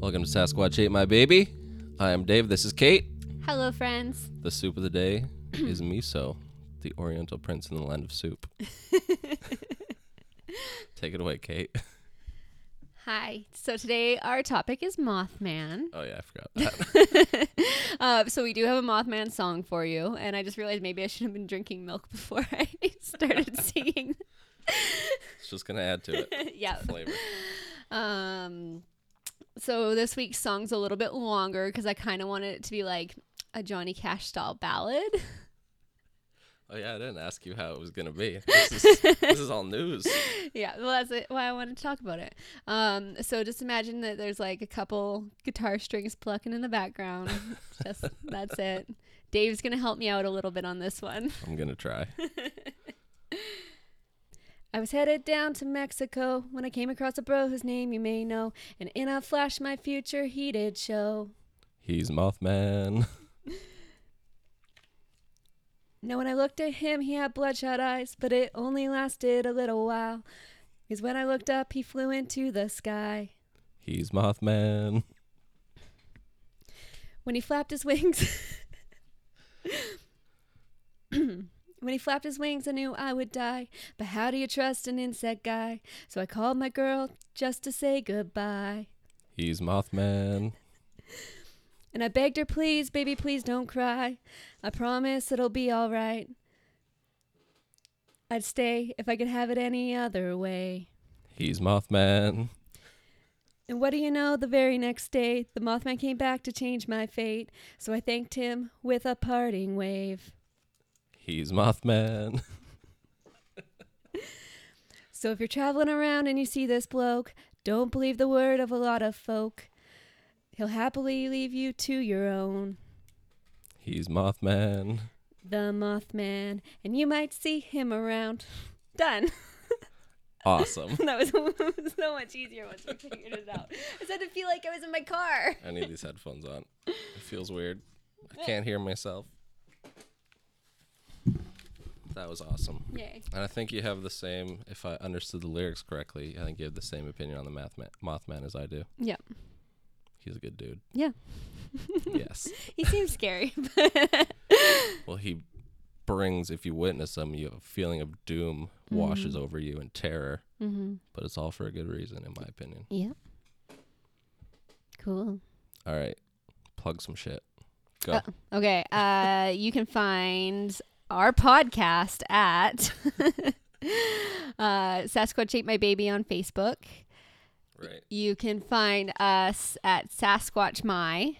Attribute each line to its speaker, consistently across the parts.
Speaker 1: Welcome to Sasquatch Ate My Baby. I am Dave. This is Kate.
Speaker 2: Hello, friends.
Speaker 1: The soup of the day is miso, the oriental prince in the land of soup. Take it away, Kate.
Speaker 2: Hi. So today our topic is Mothman.
Speaker 1: Oh, yeah, I forgot that.
Speaker 2: Uh, so we do have a Mothman song for you, and I just realized maybe I should have been drinking milk before I started singing.
Speaker 1: it's just going to add to it.
Speaker 2: yeah.
Speaker 1: Flavor.
Speaker 2: Um. So this week's song's a little bit longer because I kind of wanted it to be like a Johnny Cash style ballad.
Speaker 1: Oh, yeah, I didn't ask you how it was going to be. This is, this is all news.
Speaker 2: yeah, well, that's it- why I wanted to talk about it. Um, so just imagine that there's like a couple guitar strings plucking in the background. just that's it. Dave's gonna help me out a little bit on this one.
Speaker 1: I'm going to try.
Speaker 2: I was headed down to Mexico when I came across a bro whose name you may know, and in a flash my future he did show.
Speaker 1: He's Mothman.
Speaker 2: Now, when I looked at him, he had bloodshot eyes, but it only lasted a little while. Because when I looked up, he flew into the sky.
Speaker 1: He's Mothman.
Speaker 2: When he flapped his wings. when he flapped his wings, I knew I would die. But how do you trust an insect guy? So I called my girl just to say goodbye.
Speaker 1: He's Mothman.
Speaker 2: And I begged her, please, baby, please don't cry. I promise it'll be all right. I'd stay if I could have it any other way.
Speaker 1: He's Mothman.
Speaker 2: And what do you know? The very next day, the Mothman came back to change my fate. So I thanked him with a parting wave.
Speaker 1: He's Mothman.
Speaker 2: So if you're traveling around and you see this bloke, don't believe the word of a lot of folk. He'll happily leave you to your own,
Speaker 1: He's Mothman.
Speaker 2: the Mothman, and you might see him around. Done.
Speaker 1: Awesome.
Speaker 2: That was so much easier once we figured it out. I started to feel like I was in my car.
Speaker 1: I need these headphones on. It feels weird. I can't hear myself. That was awesome.
Speaker 2: Yay.
Speaker 1: And I think you have the same, if I understood the lyrics correctly, I think you have the same opinion on the Mathman, Mothman as I do.
Speaker 2: Yeah.
Speaker 1: He's a good dude.
Speaker 2: Yeah.
Speaker 1: yes.
Speaker 2: He seems scary.
Speaker 1: Well, he brings, if you witness him, you have a feeling of doom
Speaker 2: Mm.
Speaker 1: washes over you and terror.
Speaker 2: mm-hmm.
Speaker 1: But it's all for a good reason, in my opinion.
Speaker 2: Yeah. Cool.
Speaker 1: All right. Plug some shit. Go.
Speaker 2: Uh, Okay. Uh, you can find our podcast at uh, Sasquatch Ate My Baby on Facebook.
Speaker 1: right.
Speaker 2: You can find us at Sasquatch My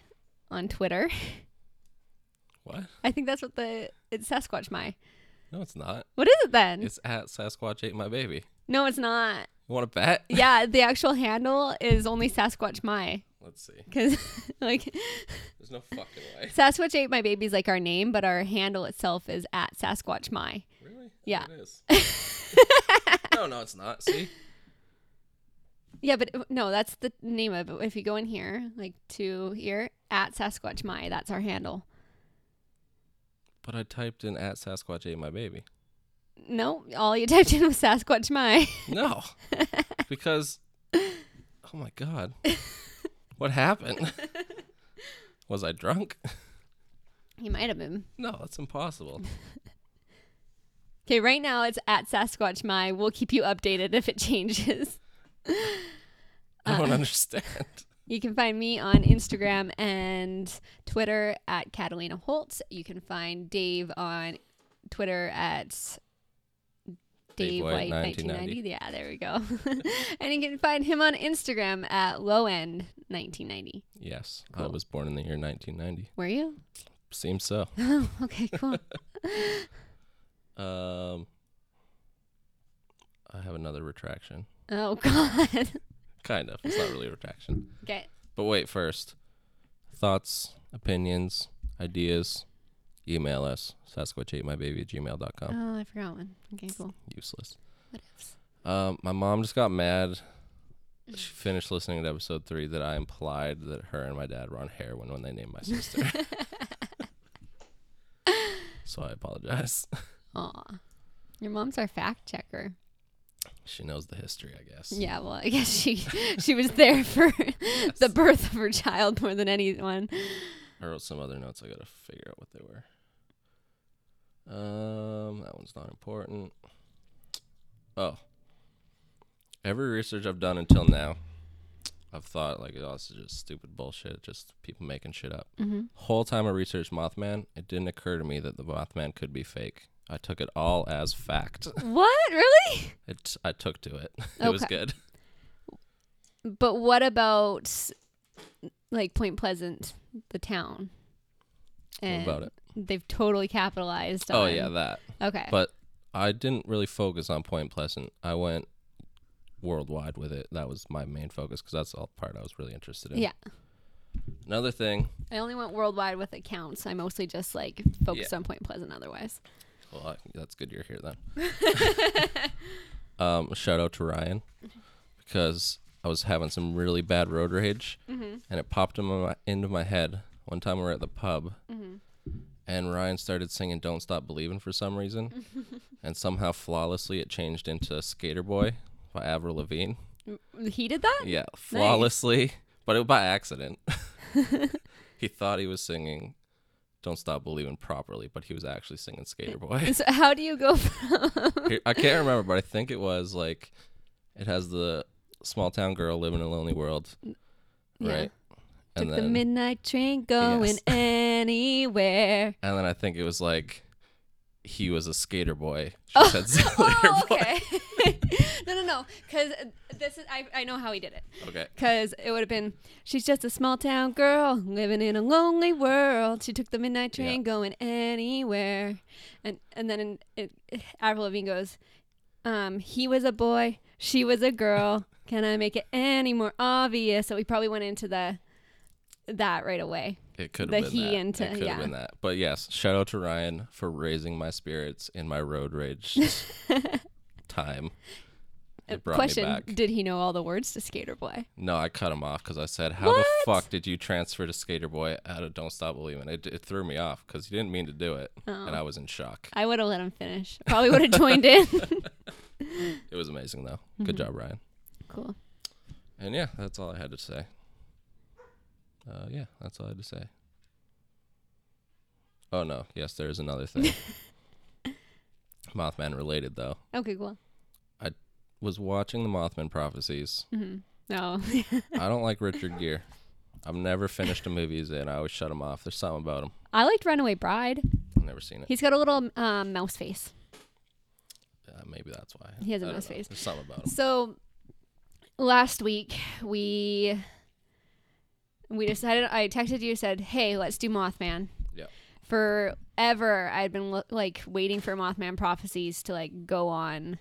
Speaker 2: on Twitter.
Speaker 1: What?
Speaker 2: I think that's what the it's Sasquatch My.
Speaker 1: No, it's not.
Speaker 2: What is it then?
Speaker 1: It's at Sasquatch Ate My Baby.
Speaker 2: no, it's not.
Speaker 1: You want to bet?
Speaker 2: Yeah, the actual handle is only Sasquatch My
Speaker 1: Let's see.
Speaker 2: because like
Speaker 1: There's no fucking way.
Speaker 2: Sasquatch Ate My Baby is like our name, but our handle itself is at Sasquatch My.
Speaker 1: Really?
Speaker 2: Yeah.
Speaker 1: It is. no, no, it's not. See?
Speaker 2: Yeah, but uh, no, that's the name of it. If you go in here, like to here at Sasquatch My, that's our handle.
Speaker 1: But I typed in at Sasquatch ate my baby.
Speaker 2: No, all you typed in was Sasquatch My.
Speaker 1: No. because oh my god. What happened? Was I drunk?
Speaker 2: you might have been.
Speaker 1: No, that's impossible.
Speaker 2: Okay, right now it's at Sasquatch My. We'll keep you updated if it changes.
Speaker 1: I
Speaker 2: Uh.
Speaker 1: don't understand.
Speaker 2: You can find me on Instagram and Twitter at Catalina Holtz. You can find Dave on Twitter at
Speaker 1: Dave
Speaker 2: Dave
Speaker 1: White,
Speaker 2: White 1990. Yeah, there we go. and you can find him on Instagram at Lowend 1990.
Speaker 1: Yes, I
Speaker 2: Cool.
Speaker 1: was born in the year 1990.
Speaker 2: Were you?
Speaker 1: Seems so.
Speaker 2: Oh, okay, cool.
Speaker 1: Um I have another retraction.
Speaker 2: oh God.
Speaker 1: Kind of. It's not really a retraction.
Speaker 2: Okay.
Speaker 1: But wait, first, thoughts, opinions, ideas, email us, sasquatchatemybaby at gmail.com.
Speaker 2: Oh, I forgot one. Okay, cool.
Speaker 1: Useless.
Speaker 2: What else?
Speaker 1: Um, my mom just got mad. She finished listening to episode three that I implied that her and my dad were on heroin when they named my sister. so I apologize.
Speaker 2: Aw. Your mom's our fact checker.
Speaker 1: She knows the history, I guess.
Speaker 2: Yeah, well, I guess she she was there for the birth of her child more than anyone.
Speaker 1: I wrote some other notes. I gotta figure out what they were. Um, that one's not important. Oh, every research I've done until now, I've thought like, oh, this is just stupid bullshit. Just people making shit up.
Speaker 2: Mm-hmm.
Speaker 1: Whole time I researched Mothman, it didn't occur to me that the Mothman could be fake. I took it all as fact.
Speaker 2: What really?
Speaker 1: It, I took to it. It was
Speaker 2: Okay.
Speaker 1: good.
Speaker 2: But what about like Point Pleasant, the town?
Speaker 1: What about it?
Speaker 2: They've totally capitalized.
Speaker 1: Oh
Speaker 2: on-
Speaker 1: yeah, that.
Speaker 2: Okay.
Speaker 1: But I didn't really focus on Point Pleasant. I went worldwide with it. That was my main focus because that's the part I was really interested in.
Speaker 2: Yeah.
Speaker 1: Another thing.
Speaker 2: I only went worldwide with accounts. I mostly just like focused on Point Pleasant otherwise.
Speaker 1: Well, I, that's good you're here then. um, shout out to Ryan because I was having some really bad road rage, and it popped in my, into my head one time we were at the pub, and Ryan started singing "Don't Stop Believing" for some reason, and somehow flawlessly it changed into "Skater Boy" by Avril Lavigne.
Speaker 2: He did that?
Speaker 1: Yeah, flawlessly, but it by accident. he thought he was singing "Don't Stop Believing" properly, but he was actually singing "Skater Boy."
Speaker 2: So how do you go from
Speaker 1: Here- I can't remember, but I think it was like it has the small town girl living in a lonely world,
Speaker 2: Yeah.
Speaker 1: right?
Speaker 2: Took
Speaker 1: And
Speaker 2: the
Speaker 1: then
Speaker 2: midnight train going anywhere?
Speaker 1: and then I think it was like he was a skater boy. She
Speaker 2: Oh,
Speaker 1: said skater
Speaker 2: oh,
Speaker 1: boy.
Speaker 2: okay. no, no, no. Because this is I, I know how he did it.
Speaker 1: Okay.
Speaker 2: Because it would have been, she's just a small town girl living in a lonely world. She took the midnight
Speaker 1: Yeah.
Speaker 2: train going anywhere. And and then in, it, Avril Lavigne goes, um, he was a boy, she was a girl. Can I make it any more obvious? So we probably went into the that right away.
Speaker 1: It could
Speaker 2: The
Speaker 1: have been
Speaker 2: he
Speaker 1: that.
Speaker 2: into-
Speaker 1: it could
Speaker 2: yeah.
Speaker 1: have been that. But yes, shout out to Ryan for raising my spirits in my road rage time.
Speaker 2: Uh,
Speaker 1: It brought me
Speaker 2: Question:
Speaker 1: back.
Speaker 2: Did he know all the words to Skater Boy?
Speaker 1: No, I cut him off because I said, "How
Speaker 2: What?
Speaker 1: the fuck did you transfer to Skater Boy out of Don't Stop Believing?" It, it threw me off because he didn't mean to do it,
Speaker 2: Oh.
Speaker 1: and I was in shock.
Speaker 2: I would have let him finish. Probably would have joined in.
Speaker 1: It was amazing though.
Speaker 2: Mm-hmm.
Speaker 1: Good job, Ryan.
Speaker 2: cool.
Speaker 1: And yeah, that's all I had to say. Uh, yeah, that's all I had to say. Oh no, yes, there is another thing. Mothman related though.
Speaker 2: Okay, cool.
Speaker 1: Was watching the Mothman prophecies.
Speaker 2: No.
Speaker 1: I don't like Richard Gere. I've never finished a movie he's in. I always shut him off. There's something about him.
Speaker 2: I liked Runaway Bride.
Speaker 1: I've never seen it.
Speaker 2: He's got a little um, mouse face.
Speaker 1: Uh, maybe that's why.
Speaker 2: He has
Speaker 1: I
Speaker 2: a
Speaker 1: don't
Speaker 2: mouse
Speaker 1: know.
Speaker 2: face.
Speaker 1: There's something about him.
Speaker 2: So last week we we decided I texted you said, "Hey, let's do Mothman."
Speaker 1: Yeah.
Speaker 2: Forever I'd been lo- like waiting for Mothman prophecies to like go on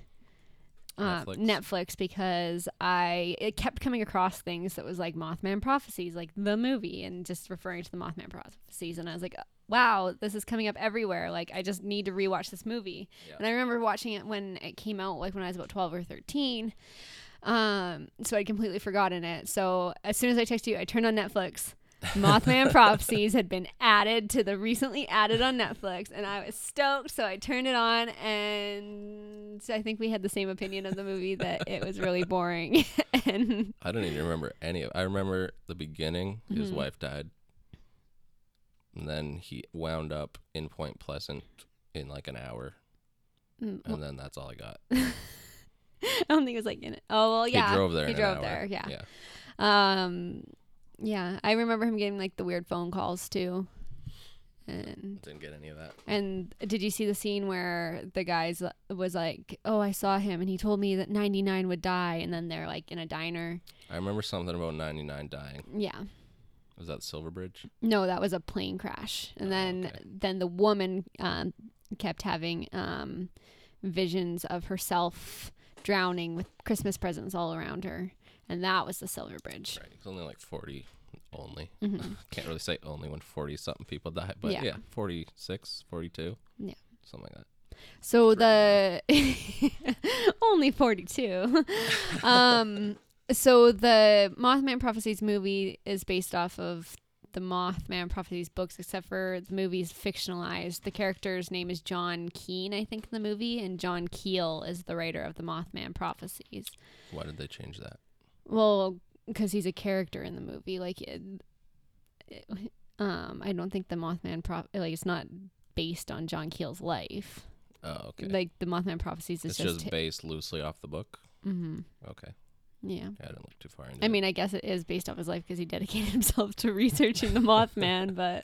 Speaker 2: uh,
Speaker 1: Netflix.
Speaker 2: Netflix. because I it kept coming across things that was like Mothman prophecies, like the movie, and just referring to the Mothman prophecies, and I was like, "Uh, "Wow, this is coming up everywhere!" Like I just need to rewatch this movie.
Speaker 1: Yeah.
Speaker 2: And I remember watching it when it came out, like when I was about twelve or thirteen. Um, so I'd completely forgotten it. So as soon as I texted you, I turned on Netflix. Mothman prophecies had been added to the recently added on Netflix, and I was stoked. So I turned it on, and I think we had the same opinion of the movie that it was really boring. and
Speaker 1: I don't even remember any of I remember the beginning, his
Speaker 2: Mm-hmm.
Speaker 1: wife died. And then he wound up in Point Pleasant in like an hour.
Speaker 2: Mm,
Speaker 1: And then that's all I got.
Speaker 2: I don't think it was like in it. Oh well, yeah,
Speaker 1: he drove there.
Speaker 2: He
Speaker 1: in
Speaker 2: drove
Speaker 1: an hour.
Speaker 2: there. Yeah.
Speaker 1: Yeah.
Speaker 2: Um, yeah, I remember him getting like the weird phone calls too. And
Speaker 1: Didn't get any of that.
Speaker 2: and did you see the scene where the guys l- was like, "Oh, I saw him, and he told me that 99 would die," and then they're like in a diner.
Speaker 1: I remember something about 99 dying.
Speaker 2: Yeah.
Speaker 1: Was that Silver Bridge?
Speaker 2: No, that was a plane crash. And
Speaker 1: Oh,
Speaker 2: then
Speaker 1: okay.
Speaker 2: then the woman um, kept having um, visions of herself drowning with Christmas presents all around her. And that was the Silver Bridge.
Speaker 1: Right. It's only like 40 only.
Speaker 2: Mhm.
Speaker 1: Can't really say only when 40 something people die, but
Speaker 2: Yeah.
Speaker 1: yeah, 46, 42.
Speaker 2: Yeah.
Speaker 1: Something like that.
Speaker 2: So
Speaker 1: It's really
Speaker 2: the only 42. um so the Mothman Prophecies movie is based off of the Mothman prophecies books, except for the movie's fictionalized. The character's name is John Keane, I think, in the movie, and John Keel is the writer of the Mothman prophecies.
Speaker 1: Why did they change that?
Speaker 2: Well, because he's a character in the movie, like, it, it- um, I don't think the Mothman prop like it's not based on John Keel's life.
Speaker 1: Oh, okay.
Speaker 2: Like the Mothman prophecies is
Speaker 1: it's just,
Speaker 2: just
Speaker 1: based loosely off the book.
Speaker 2: hmm
Speaker 1: Okay.
Speaker 2: yeah.
Speaker 1: Yeah, I didn't look too far into
Speaker 2: I
Speaker 1: it.
Speaker 2: mean, I guess it is based off his life because he dedicated himself to researching the Mothman, but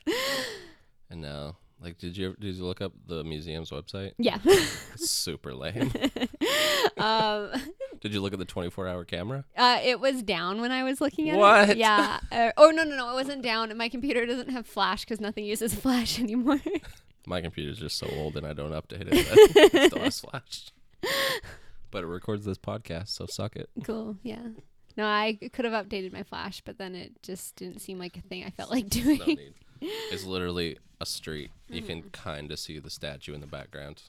Speaker 1: And now, like, did you ever, did you look up the museum's website?
Speaker 2: yeah.
Speaker 1: It's super lame.
Speaker 2: um,
Speaker 1: did you look at the 24 hour camera?
Speaker 2: uh, it was down when I was looking at it.
Speaker 1: What?
Speaker 2: Yeah. Uh, oh, no, no, no. It wasn't down. My computer doesn't have flash because nothing uses flash anymore.
Speaker 1: My computer's just so old and I don't update it. That it still has flash. But it records this podcast, so suck it.
Speaker 2: cool. Yeah. No, I could have updated my flash, but then it just didn't seem like a thing I felt like
Speaker 1: There's no
Speaker 2: doing.
Speaker 1: need. It's literally a street. You can
Speaker 2: Mm.
Speaker 1: kind of see the statue in the background.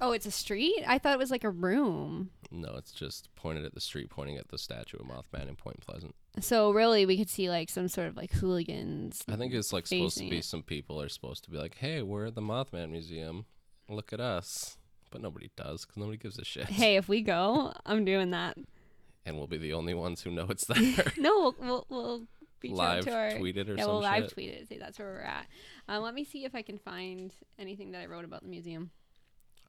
Speaker 2: Oh, it's a street? I thought it was like a room.
Speaker 1: No, it's just pointed at the street, pointing at the statue of Mothman in Point Pleasant.
Speaker 2: So really, we could see like some sort of like hooligans.
Speaker 1: I think it's like supposed to
Speaker 2: Facing
Speaker 1: be
Speaker 2: it.
Speaker 1: some people are supposed to be like, "Hey, we're at the Mothman Museum. Look at us." But nobody does because nobody gives a shit.
Speaker 2: Hey, if we go, I'm doing that.
Speaker 1: And we'll be the only ones who know it's there.
Speaker 2: No, we'll we'll, we'll reach
Speaker 1: live
Speaker 2: out to our
Speaker 1: tweet it or
Speaker 2: yeah,
Speaker 1: some
Speaker 2: we'll live
Speaker 1: shit.
Speaker 2: tweet it. and Say that's where we're at. Um, let me see if I can find anything that I wrote about the museum.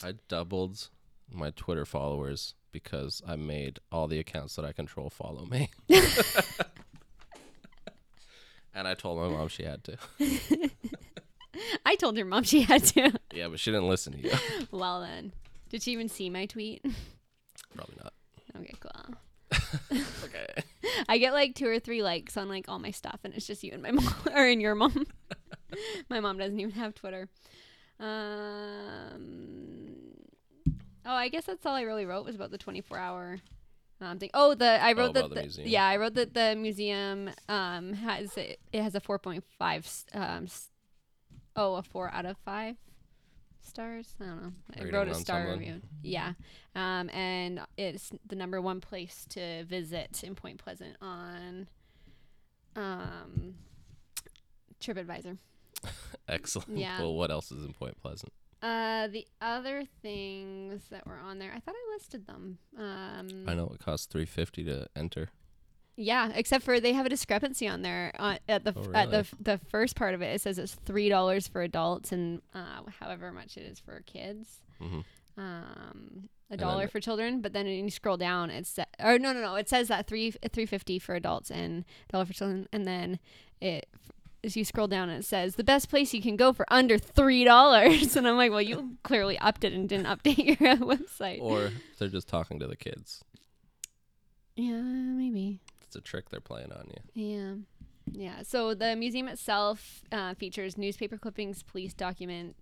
Speaker 1: I doubled my Twitter followers because I made all the accounts that I control follow me. and I told my mom she had to.
Speaker 2: I told your mom she had to.
Speaker 1: Yeah, but she didn't listen to you.
Speaker 2: well then, did she even see my tweet?
Speaker 1: Probably not.
Speaker 2: okay, cool.
Speaker 1: Okay.
Speaker 2: I get like two or three likes on like all my stuff, and it's just you and my mom or and your mom. my mom doesn't even have Twitter. Um, oh, I guess that's all I really wrote was about the twenty-four hour um, thing. Oh, the I wrote
Speaker 1: about
Speaker 2: that
Speaker 1: the museum.
Speaker 2: yeah, I wrote that the museum um has it has a four point five um s- oh a four out of five stars. I don't know. I
Speaker 1: Rating
Speaker 2: wrote a
Speaker 1: on
Speaker 2: star
Speaker 1: someone?
Speaker 2: review. Yeah. Um, and it's the number one place to visit in Point Pleasant on um, TripAdvisor.
Speaker 1: Excellent.
Speaker 2: Yeah.
Speaker 1: Well, what else is in Point Pleasant?
Speaker 2: Uh, the other things that were on there, I thought I listed them. Um,
Speaker 1: I know it costs 350 to enter.
Speaker 2: Yeah, except for they have a discrepancy on there uh, at the
Speaker 1: Oh,
Speaker 2: at the
Speaker 1: really?
Speaker 2: f- the first part of it. It says it's three dollars for adults and uh, however much it is for kids.
Speaker 1: Mhm.
Speaker 2: Um, a
Speaker 1: And
Speaker 2: dollar
Speaker 1: then-
Speaker 2: for children, but then when you scroll down, it's sa- or no no no, it says that three three fifty for adults and dollar for children, and then it. As you scroll down, it says the best place you can go for under three dollars, and I'm like, well, you clearly opted and didn't update your website.
Speaker 1: Or they're just talking to the kids.
Speaker 2: yeah, maybe.
Speaker 1: It's a trick they're playing on you.
Speaker 2: Yeah. Yeah. So the museum itself uh, features newspaper clippings, police documents,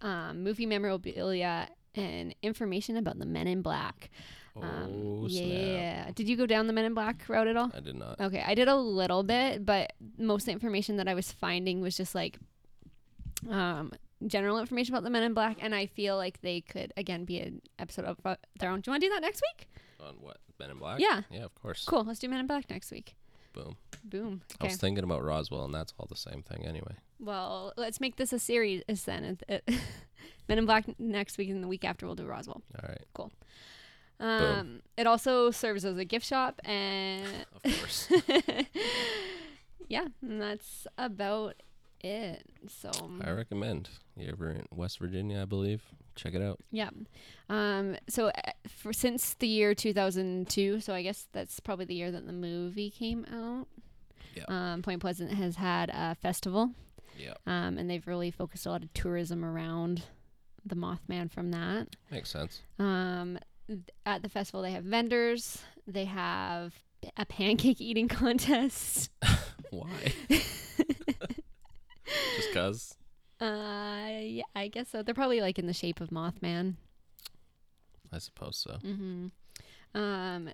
Speaker 2: um, movie memorabilia, and information about the Men in Black.
Speaker 1: Oh,
Speaker 2: Um,
Speaker 1: snap.
Speaker 2: yeah. Oh. Did you go down the Men in Black route at all?
Speaker 1: I did not.
Speaker 2: Okay, I did a little bit, but most of the information that I was finding was just like um, general information about the Men in Black, and I feel like they could again be an episode of uh, their own. Do you want to do that next week?
Speaker 1: On what? Men in Black?
Speaker 2: Yeah.
Speaker 1: Yeah, of course.
Speaker 2: Cool. Let's do Men in Black next week.
Speaker 1: Boom.
Speaker 2: Boom.
Speaker 1: I
Speaker 2: Okay.
Speaker 1: was thinking about Roswell, and that's all the same thing anyway.
Speaker 2: Well, let's make this a series then. It- it- Men in Black next week, and the week after we'll do Roswell.
Speaker 1: All right.
Speaker 2: Um, it also serves as a gift shop, and
Speaker 1: Of course.
Speaker 2: yeah, and that's about it. So um,
Speaker 1: I recommend. You ever in West Virginia, I believe? Check it out.
Speaker 2: yeah, um, so uh, for, since the year two thousand two, so I guess that's probably the year that the movie came out.
Speaker 1: Yeah.
Speaker 2: Um, Point Pleasant has had a festival.
Speaker 1: Yeah.
Speaker 2: um, and they've really focused a lot of tourism around the Mothman from that.
Speaker 1: Makes sense.
Speaker 2: Um, th- at the festival, they have vendors, they have a pancake eating contest.
Speaker 1: Why? Just because?
Speaker 2: Uh, yeah, I guess so. They're probably like in the shape of Mothman.
Speaker 1: I suppose so.
Speaker 2: Mm-hmm. Um,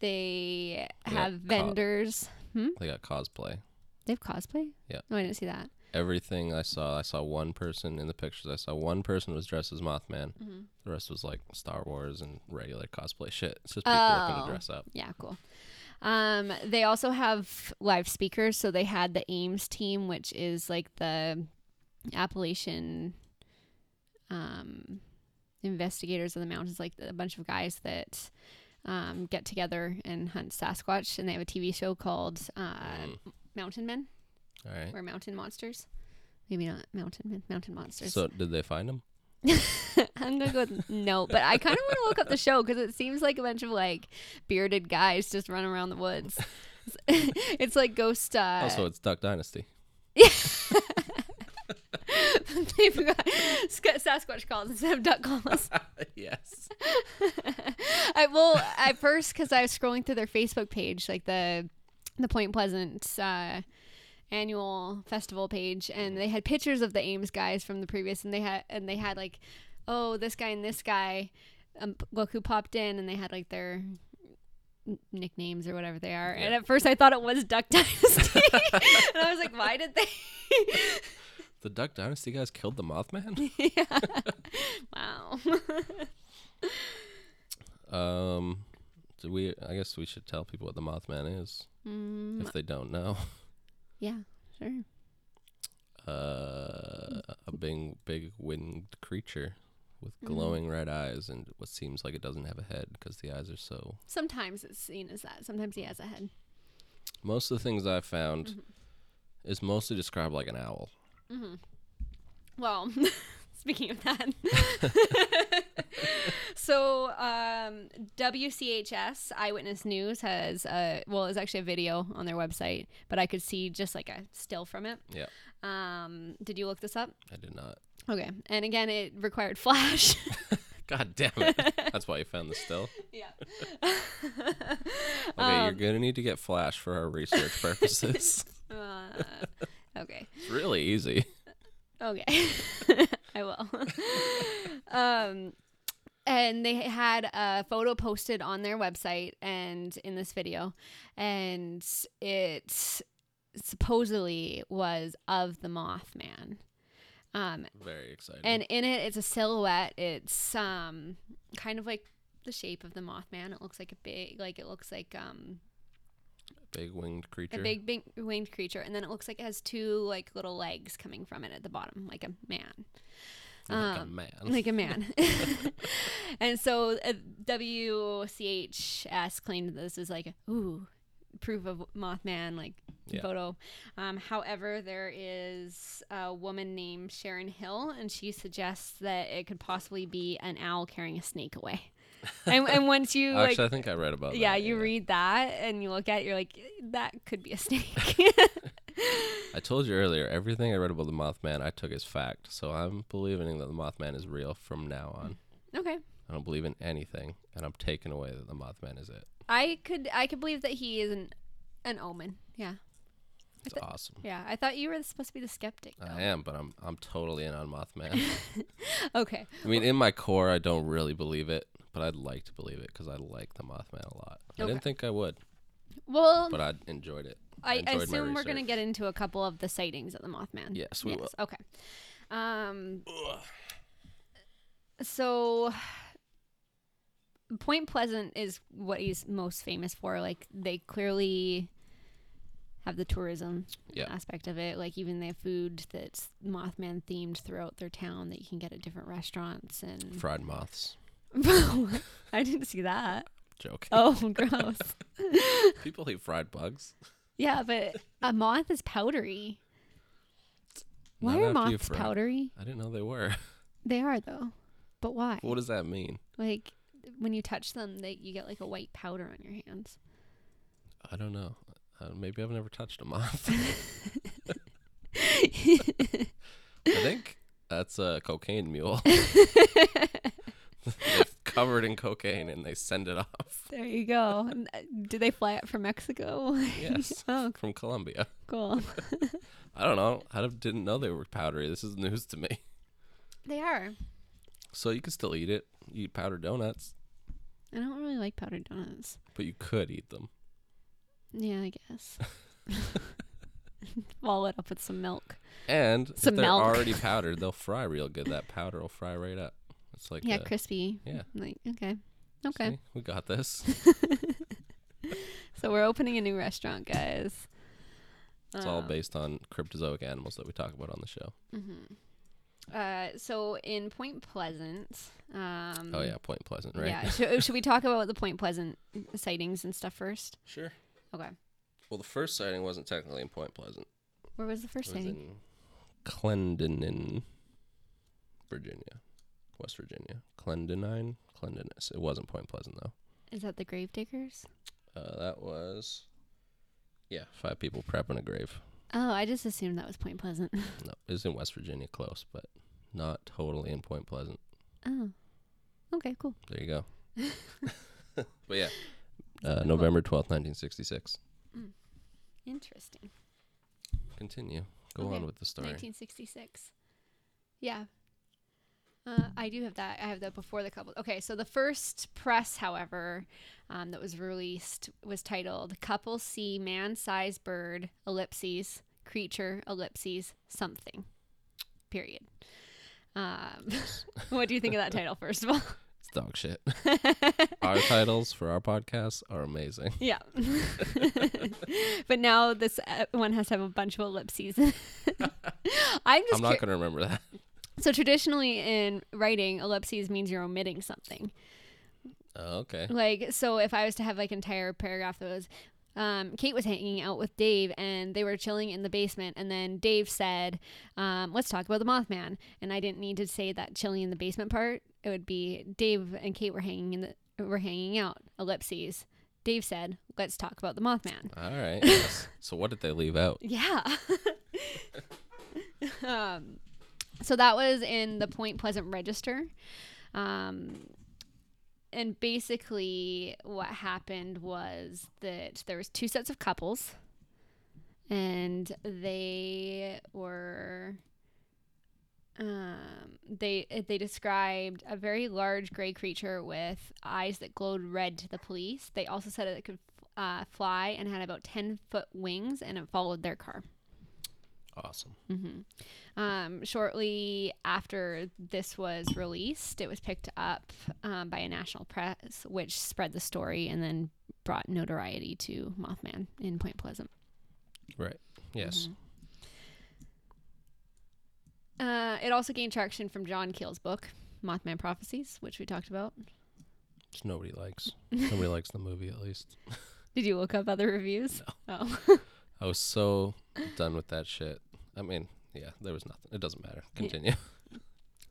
Speaker 2: they
Speaker 1: Yeah,
Speaker 2: have
Speaker 1: co-
Speaker 2: vendors.
Speaker 1: They got cosplay.
Speaker 2: They have cosplay.
Speaker 1: Yeah.
Speaker 2: Oh, I didn't see that.
Speaker 1: Everything I saw, I saw one person in the pictures. I saw one person was dressed as Mothman.
Speaker 2: Mm-hmm.
Speaker 1: The rest was like Star Wars and regular cosplay shit. It's just people looking
Speaker 2: Oh.
Speaker 1: to dress up.
Speaker 2: Yeah, cool. Um, they also have live speakers. So they had the Ames team, which is like the Appalachian um, investigators of the mountains, like a bunch of guys that um, get together and hunt Sasquatch. And they have a TV show called uh,
Speaker 1: Mm.
Speaker 2: Mountain Men
Speaker 1: All right.
Speaker 2: or Mountain Monsters. Maybe not Mountain Men, Mountain Monsters.
Speaker 1: So did they find him?
Speaker 2: I'm gonna go with no, but I kind of want to look up the show because it seems like a bunch of like bearded guys just running around the woods. it's like ghost. Uh,
Speaker 1: also, it's Duck Dynasty.
Speaker 2: they've got Sc- Sasquatch calls instead of duck calls.
Speaker 1: yes.
Speaker 2: I well at first because I was scrolling through their Facebook page, like the the Point Pleasant uh, annual festival page, and they had pictures of the Ames guys from the previous, and they had and they had like, oh, this guy and this guy, um, look who popped in, and they had like their n- nicknames or whatever they are. And
Speaker 1: Yeah.
Speaker 2: at first, I thought it was Duck Dynasty, and I was like, why did they?
Speaker 1: The Duck Dynasty guys killed the Mothman.
Speaker 2: yeah. Wow.
Speaker 1: um, do we? I guess we should tell people what the Mothman is
Speaker 2: mm,
Speaker 1: if they don't know.
Speaker 2: yeah. Sure.
Speaker 1: Uh, a big, big winged creature with
Speaker 2: Mm-hmm.
Speaker 1: glowing red eyes and what seems like it doesn't have a head because the eyes are so.
Speaker 2: Sometimes it's seen as that. Sometimes he has a head.
Speaker 1: Most of the things I've found
Speaker 2: Mm-hmm.
Speaker 1: is mostly described like an owl.
Speaker 2: Well, speaking of that, so um, WCHS Eyewitness News has uh, well, it's actually a video on their website, but I could see just like a still from it.
Speaker 1: Yeah,
Speaker 2: Um, did you look this up?
Speaker 1: I did not.
Speaker 2: Okay, and again, it required flash.
Speaker 1: God damn it! That's why you found the still.
Speaker 2: yeah.
Speaker 1: Okay,
Speaker 2: Um,
Speaker 1: you're gonna need to get Flash for our research purposes.
Speaker 2: Uh, okay.
Speaker 1: it's really easy.
Speaker 2: Okay. I will. um and they had a photo posted on their website and in this video and it supposedly was of the Mothman. Um
Speaker 1: Very exciting.
Speaker 2: and in it it's a silhouette. It's um kind of like the shape of the Mothman. It looks like a big like it looks like um
Speaker 1: big winged creature.
Speaker 2: a big, big winged creature, and then it looks like it has two like little legs coming from it at the bottom, like a man,
Speaker 1: like a
Speaker 2: um,
Speaker 1: man.
Speaker 2: like a man. and so uh, WCHS claimed that this is like ooh proof of Mothman like
Speaker 1: Yeah.
Speaker 2: photo. Um, however, there is a woman named Sharon Hill, and she suggests that it could possibly be an owl carrying a snake away. and, and once you like
Speaker 1: Actually, I think I read about that.
Speaker 2: yeah, you read that and you look at it, you're like, that could be a snake.
Speaker 1: I told you earlier, everything I read about the Mothman, I took as fact. So I'm believing that the Mothman is real from now on.
Speaker 2: okay.
Speaker 1: I don't believe in anything, and I'm taking away that the Mothman is it.
Speaker 2: I could I could believe that he is an an omen. Yeah.
Speaker 1: It's awesome.
Speaker 2: Yeah. I thought you were supposed to be the skeptic.
Speaker 1: I am, but I'm I'm totally in on Mothman.
Speaker 2: though. Okay.
Speaker 1: I mean, in my core, I don't really believe it, but I'd like to believe it because I like the Mothman a lot. I
Speaker 2: Okay. Um,
Speaker 1: didn't think I would,
Speaker 2: Well
Speaker 1: but I enjoyed it.
Speaker 2: I,
Speaker 1: enjoyed my
Speaker 2: assume we're gonna
Speaker 1: research.
Speaker 2: get into a couple of the sightings of the Mothman.
Speaker 1: Yes, we will.
Speaker 2: Okay. Um so Point Pleasant is what he's most famous for. Like they clearly have the tourism
Speaker 1: Yeah.
Speaker 2: aspect of it. Like even they have food that's Mothman themed throughout their town that you can get at different restaurants and
Speaker 1: Fried moths.
Speaker 2: I didn't see that.
Speaker 1: Joke.
Speaker 2: Oh gross.
Speaker 1: People eat fried bugs.
Speaker 2: Yeah, but a moth is powdery. Why
Speaker 1: Not
Speaker 2: are
Speaker 1: after you
Speaker 2: moths
Speaker 1: fry 'em.
Speaker 2: powdery?
Speaker 1: I didn't know they were.
Speaker 2: They are though. But why?
Speaker 1: what does that mean?
Speaker 2: Like when you touch them, they you get like a white powder on your hands.
Speaker 1: I don't know. Uh, maybe I've never touched a moth. I think that's a cocaine mule. They're covered in cocaine and they send it off.
Speaker 2: There you go. uh, Do they fly it from Mexico?
Speaker 1: Yes,
Speaker 2: oh,
Speaker 1: from Colombia.
Speaker 2: cool.
Speaker 1: I don't know. I don't- didn't know they were powdery. This is news to me.
Speaker 2: They are.
Speaker 1: So you could still eat it. You eat powdered donuts,
Speaker 2: I don't really like powdered donuts.
Speaker 1: but you could eat them.
Speaker 2: Yeah, I guess. Wall it up with some milk.
Speaker 1: And
Speaker 2: Some
Speaker 1: if they're
Speaker 2: milk.
Speaker 1: already powdered, they'll fry real good. That powder will fry right up. It's like
Speaker 2: yeah,
Speaker 1: a-
Speaker 2: crispy.
Speaker 1: yeah.
Speaker 2: Like okay, okay.
Speaker 1: See, we got this.
Speaker 2: So we're opening a new restaurant, guys.
Speaker 1: It's all
Speaker 2: Um,
Speaker 1: based on cryptozoic animals that we talk about on the show. Oh,
Speaker 2: Mm-hmm. Uh, so in Point Pleasant. Um,
Speaker 1: Oh yeah, Point Pleasant, right?
Speaker 2: Yeah. uh, Should, should we talk about the Point Pleasant sightings and stuff first?
Speaker 1: Sure.
Speaker 2: Okay.
Speaker 1: Well, the first sighting wasn't technically in Point Pleasant.
Speaker 2: Where was the first
Speaker 1: It was
Speaker 2: sighting?
Speaker 1: in Clendon in Virginia, West Virginia. Clendonine, Clendonus. It wasn't Point Pleasant though.
Speaker 2: Is that the Gravediggers?
Speaker 1: Uh, that was, yeah, five people prepping a grave.
Speaker 2: Oh, I just assumed that was Point Pleasant.
Speaker 1: No, it was in West Virginia, close, but not totally in Point Pleasant.
Speaker 2: oh. Okay, cool.
Speaker 1: There you go. but yeah, uh, November twelfth, nineteen sixty-six.
Speaker 2: Interesting.
Speaker 1: Continue. Go
Speaker 2: Okay.
Speaker 1: on with the story.
Speaker 2: 1966. Yeah. Uh, I do have that. I have that before the couple. Okay, so the first press, however, um, that was released was titled "Couple See Man-Sized Bird Ellipses Creature Ellipses Something." Period. Um, what do you think of that title, first of all?
Speaker 1: It's dog shit. our titles for our podcasts are amazing.
Speaker 2: Yeah. but now this uh, one has to have a bunch of ellipses. I'm just
Speaker 1: I'm not gonna remember that.
Speaker 2: So traditionally in writing, ellipses means you're omitting something.
Speaker 1: Oh, okay.
Speaker 2: Like so if I was to have like entire paragraph that was um, Kate was hanging out with Dave and they were chilling in the basement and then Dave said, um, let's talk about the Mothman and I didn't need to say that chilling in the basement part. It would be Dave and Kate were hanging in the were hanging out. Ellipses. Dave said, let's talk about the Mothman.
Speaker 1: All right. yes. so what did they leave out?
Speaker 2: Yeah. um, so that was in the Point Pleasant Register. Um, and basically what happened was that there was two sets of couples and they were um, they they described a very large gray creature with eyes that glowed red to the police. They also said it could uh, fly and had about ten foot wings, and it followed their car.
Speaker 1: Awesome.
Speaker 2: Um, shortly after this was released, it was picked up um, by a national press, which spread the story and then brought notoriety to Mothman in Point Pleasant.
Speaker 1: Right. Yes.
Speaker 2: Uh, it also gained traction from John Keel's book, Mothman Prophecies, which we talked about.
Speaker 1: Which nobody likes. nobody likes the movie at least.
Speaker 2: Did you look up other reviews? Oh.
Speaker 1: I was so done with that shit. I mean, yeah, there was nothing. It doesn't matter. Continue.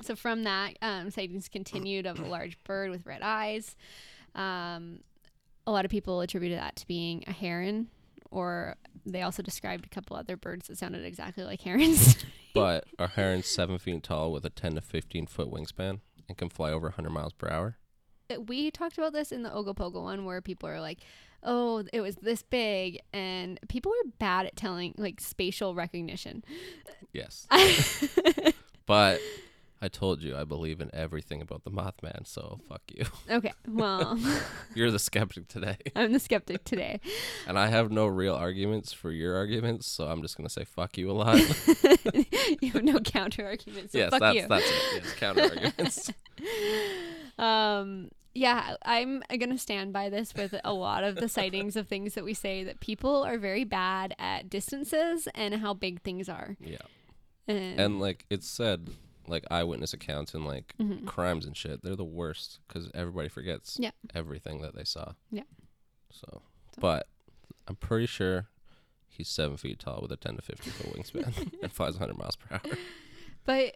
Speaker 2: So from that, um, sightings continued of a large bird with red eyes. Um, a lot of people attributed that to being a heron, or they also described a couple other birds that sounded exactly like herons.
Speaker 1: But are herons seven feet tall with a ten to fifteen foot wingspan and can fly over hundred miles per hour?
Speaker 2: we talked about this in the Ogopogo one where people are like, "Oh, it was this big," and people are bad at telling like spatial recognition.
Speaker 1: Yes. but I told you I believe in everything about the Mothman, so fuck you.
Speaker 2: Okay, well,
Speaker 1: You're the skeptic today.
Speaker 2: I'm the skeptic today.
Speaker 1: And I have no real arguments for your arguments, so I'm just gonna say fuck you a lot.
Speaker 2: you have no counter arguments. So
Speaker 1: Uh, yes,
Speaker 2: fuck
Speaker 1: that's
Speaker 2: you.
Speaker 1: that's it. Yes, counter arguments.
Speaker 2: um yeah i'm gonna stand by this with a lot of the sightings of things that we say that people are very bad at distances and how big things are
Speaker 1: Yeah.
Speaker 2: and,
Speaker 1: And like it's said, like eyewitness accounts and like
Speaker 2: mm-hmm.
Speaker 1: crimes and shit, they're the worst because everybody forgets
Speaker 2: Yeah.
Speaker 1: everything that they saw.
Speaker 2: Yeah.
Speaker 1: So, but I'm pretty sure he's seven feet tall with a 10 to 50 foot wingspan and flies 100 miles per hour.
Speaker 2: but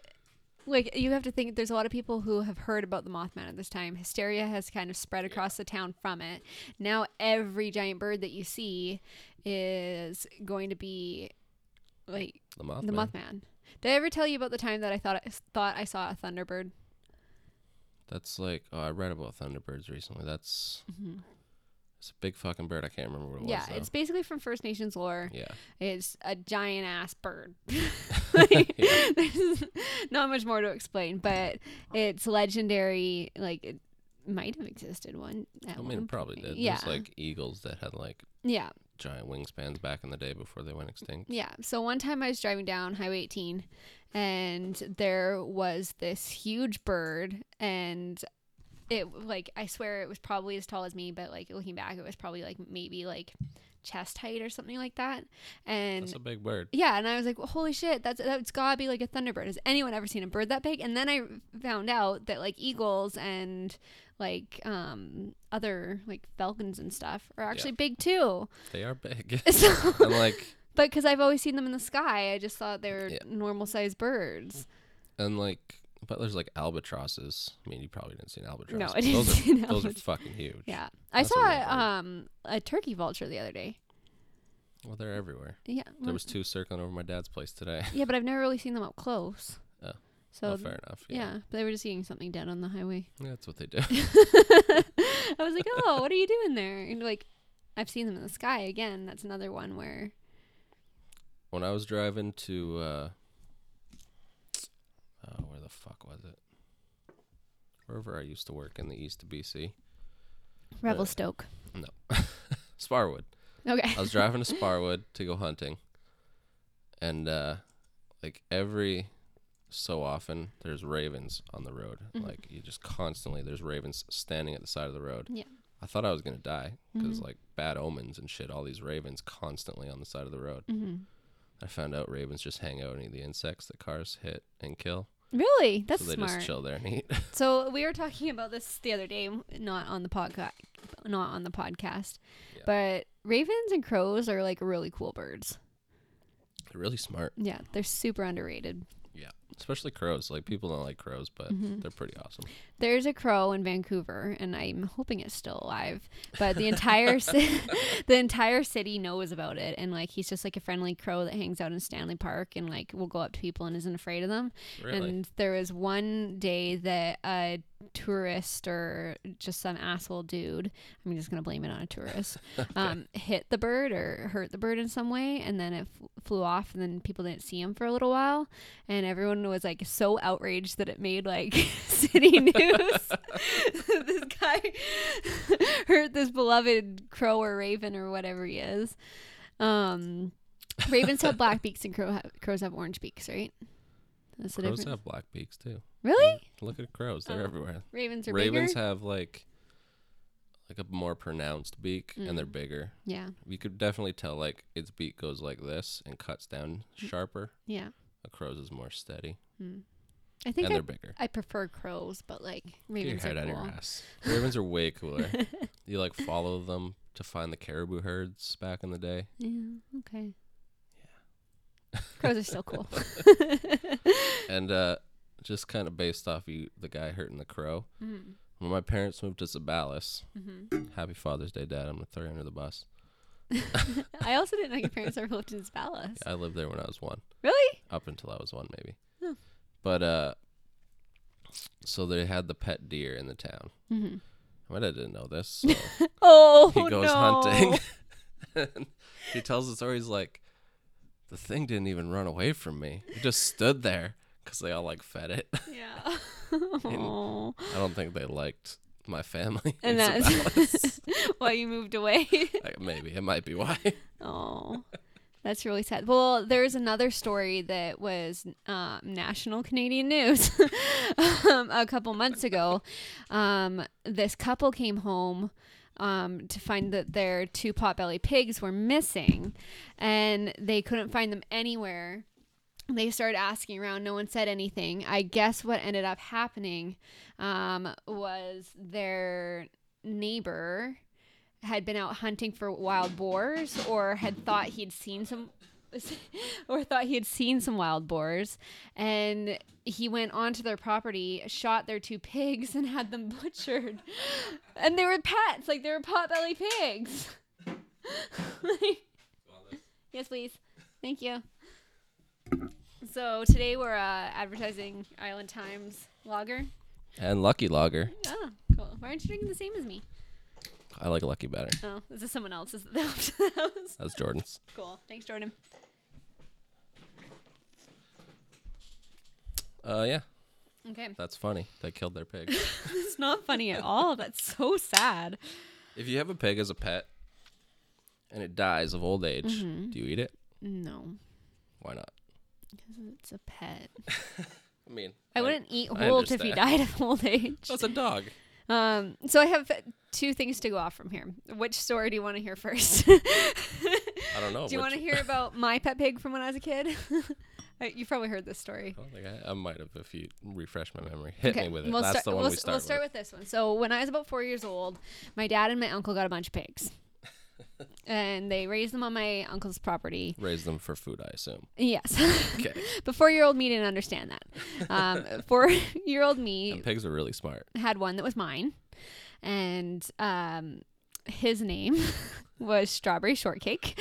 Speaker 2: like you have to think there's a lot of people who have heard about the mothman at this time hysteria has kind of spread across the town from it now every giant bird that you see is going to be like
Speaker 1: The Mothman.
Speaker 2: the mothman did i ever tell you about the time that i thought I thought i saw a thunderbird
Speaker 1: That's like, oh, I read about Thunderbirds recently. That's it's a big fucking bird. I can't remember what it
Speaker 2: Mm-hmm. yeah
Speaker 1: was. though.
Speaker 2: it's basically from first nations lore
Speaker 1: yeah.
Speaker 2: It's a giant ass bird. Like, There's not much more to explain, but it's legendary. Like it might have existed one. At
Speaker 1: I mean,
Speaker 2: one
Speaker 1: it probably
Speaker 2: point.
Speaker 1: did.
Speaker 2: Yeah,
Speaker 1: There's like eagles that had like
Speaker 2: yeah,
Speaker 1: giant wingspans back in the day before they went extinct.
Speaker 2: yeah. So one time I was driving down Highway 18, and there was this huge bird, and it like I swear it was probably as tall as me, but like looking back, it was probably like maybe like chest height or something like that. And
Speaker 1: That's a big bird.
Speaker 2: yeah, and I was like, well, holy shit, that's that's gotta be like a thunderbird. Has anyone ever seen a bird that big? And then I found out that like eagles and like um other like falcons and stuff are actually big too.
Speaker 1: They are big.
Speaker 2: So,
Speaker 1: I'm like,
Speaker 2: but because I've always seen them in the sky, I just thought they were
Speaker 1: Yeah.
Speaker 2: normal sized birds.
Speaker 1: and like, but there's like albatrosses. I mean, you probably didn't see an albatross.
Speaker 2: No, I
Speaker 1: but
Speaker 2: didn't
Speaker 1: those are,
Speaker 2: see an
Speaker 1: Those are
Speaker 2: albatross.
Speaker 1: fucking huge.
Speaker 2: Yeah, I
Speaker 1: That's a real bird.
Speaker 2: saw um a turkey vulture the other day.
Speaker 1: Well, they're everywhere.
Speaker 2: Yeah,
Speaker 1: There was two circling over my dad's place today.
Speaker 2: Yeah, but I've never really seen them up close.
Speaker 1: Oh.
Speaker 2: So
Speaker 1: well,
Speaker 2: th-
Speaker 1: fair enough.
Speaker 2: yeah. they were just eating something dead on the highway.
Speaker 1: Yeah, That's what they do.
Speaker 2: I was like, "Oh, what are you doing there?" And like, I've seen them in the sky again. That's another one where
Speaker 1: when I was driving to, uh, oh, where the fuck was it? Wherever I used to work in the east of BC,
Speaker 2: Revelstoke.
Speaker 1: Sparwood.
Speaker 2: Okay.
Speaker 1: I was driving to Sparwood to go hunting, and uh, like every so often, there's ravens on the road.
Speaker 2: Mhm.
Speaker 1: Like you just constantly there's ravens standing at the side of the road.
Speaker 2: Yeah.
Speaker 1: I thought I was gonna die because
Speaker 2: Mhm.
Speaker 1: like bad omens and shit. All these ravens constantly on the side of the road.
Speaker 2: hmm
Speaker 1: I found out ravens just hang out and eat the insects that cars hit and kill.
Speaker 2: Really, that's
Speaker 1: so they
Speaker 2: smart.
Speaker 1: just chill there and eat.
Speaker 2: So we were talking about this the other day, not on the podcast, not on the podcast,
Speaker 1: Yeah.
Speaker 2: but ravens and crows are like really cool birds.
Speaker 1: They're really smart,
Speaker 2: Yeah, they're super underrated.
Speaker 1: especially crows. Like people don't like crows, but
Speaker 2: Mhm.
Speaker 1: they're pretty awesome.
Speaker 2: There's a crow in Vancouver, and I'm hoping it's still alive. But the entire ci- the entire city knows about it, and like he's just like a friendly crow that hangs out in Stanley Park, and like will go up to people and isn't afraid of them.
Speaker 1: Really.
Speaker 2: And there was one day that a tourist or just some asshole dude, I'm just gonna blame it on a tourist, um, hit the bird or hurt the bird in some way, and then it f- flew off, and then people didn't see him for a little while, and everyone was like so outraged that it made like city news. this guy hurt this beloved crow or raven or whatever he is. Um, ravens have black beaks and crow ha- crows have orange beaks, right? That's the
Speaker 1: crows
Speaker 2: difference.
Speaker 1: have black beaks too.
Speaker 2: Really?
Speaker 1: Look at crows; they're
Speaker 2: Oh.
Speaker 1: everywhere.
Speaker 2: Ravens are
Speaker 1: Ravens
Speaker 2: bigger.
Speaker 1: have like like a more pronounced beak, and they're
Speaker 2: Mm.
Speaker 1: bigger.
Speaker 2: yeah,
Speaker 1: You could definitely tell like its beak goes like this and cuts down
Speaker 2: Mm.
Speaker 1: sharper.
Speaker 2: yeah.
Speaker 1: A crow's is more steady,
Speaker 2: Mm. I think
Speaker 1: and
Speaker 2: I,
Speaker 1: they're bigger.
Speaker 2: I prefer crows, but like
Speaker 1: Get your
Speaker 2: ravens
Speaker 1: head
Speaker 2: are
Speaker 1: out of
Speaker 2: cool.
Speaker 1: your ass. Ravens are way cooler. you like follow them to find the caribou herds back in the day.
Speaker 2: yeah. Okay. Crows are still cool.
Speaker 1: and uh, just kind of based off you, the guy hurting the crow.
Speaker 2: mm-hmm.
Speaker 1: When my parents moved to Zabalis, happy Father's Day, Dad. I'm gonna throw you under the bus.
Speaker 2: I also didn't know your parents are lived in Palace.
Speaker 1: I lived there when I was one.
Speaker 2: Really?
Speaker 1: Up until I was one, maybe.
Speaker 2: Oh.
Speaker 1: But uh, so they had the pet deer in the town.
Speaker 2: Mm-hmm.
Speaker 1: My dad didn't know this. So
Speaker 2: Oh
Speaker 1: he goes
Speaker 2: no.
Speaker 1: hunting. and he tells the story. He's like, the thing didn't even run away from me. It just stood there because they all like fed it.
Speaker 2: Yeah. Aw.
Speaker 1: I don't think they liked my family. in
Speaker 2: And that's
Speaker 1: Zabalis.
Speaker 2: why you moved away.
Speaker 1: Like, maybe it might be why.
Speaker 2: Oh, that's really sad. Well, there's another story that was um, national Canadian news um, a couple months ago. Um, this couple came home. Um, to find that their two potbelly pigs were missing and they couldn't find them anywhere. They started asking around. No one said anything. I guess what ended up happening um, was their neighbor had been out hunting for wild boars or had thought he'd seen some or thought he had seen some wild boars and he went onto their property shot their two pigs and had them butchered and they were pets like they were potbelly pigs yes please thank you so today we're uh, advertising island times lager
Speaker 1: And Lucky Logger.
Speaker 2: oh cool why aren't you drinking the same as me
Speaker 1: I like Lucky better.
Speaker 2: oh is this someone else's that that was
Speaker 1: That's Jordan's.
Speaker 2: Cool. Thanks, Jordan.
Speaker 1: Uh, yeah,
Speaker 2: Okay.
Speaker 1: that's funny. They killed their pig.
Speaker 2: It's not funny at all. That's so sad.
Speaker 1: if you have a pig as a pet and it dies of old age,
Speaker 2: Mm-hmm.
Speaker 1: do you eat it?
Speaker 2: No,
Speaker 1: Why not?
Speaker 2: because it's a pet.
Speaker 1: I mean,
Speaker 2: I wouldn't eat
Speaker 1: I
Speaker 2: Holt if he
Speaker 1: understand.
Speaker 2: died of old age.
Speaker 1: That's a dog.
Speaker 2: Um, so I have two things to go off from here. Which story do you want to hear first?
Speaker 1: I don't know.
Speaker 2: Do you
Speaker 1: which-
Speaker 2: want to hear about my pet pig from when I was a kid? Uh, You've probably heard this story.
Speaker 1: I don't think I, I might have if you refresh my memory. Hit me with it.
Speaker 2: We'll
Speaker 1: That's
Speaker 2: start,
Speaker 1: the one
Speaker 2: we'll,
Speaker 1: we
Speaker 2: s-
Speaker 1: start,
Speaker 2: we'll start with. this one. So when I was about four years old, my dad and my uncle got a bunch of pigs, and they raised them on my uncle's property.
Speaker 1: Raise them for food, I assume.
Speaker 2: Yes,
Speaker 1: Okay.
Speaker 2: but four-year-old me didn't understand that. Um, four-year-old me
Speaker 1: And pigs are really smart.
Speaker 2: had one that was mine, and um, his name was Strawberry Shortcake.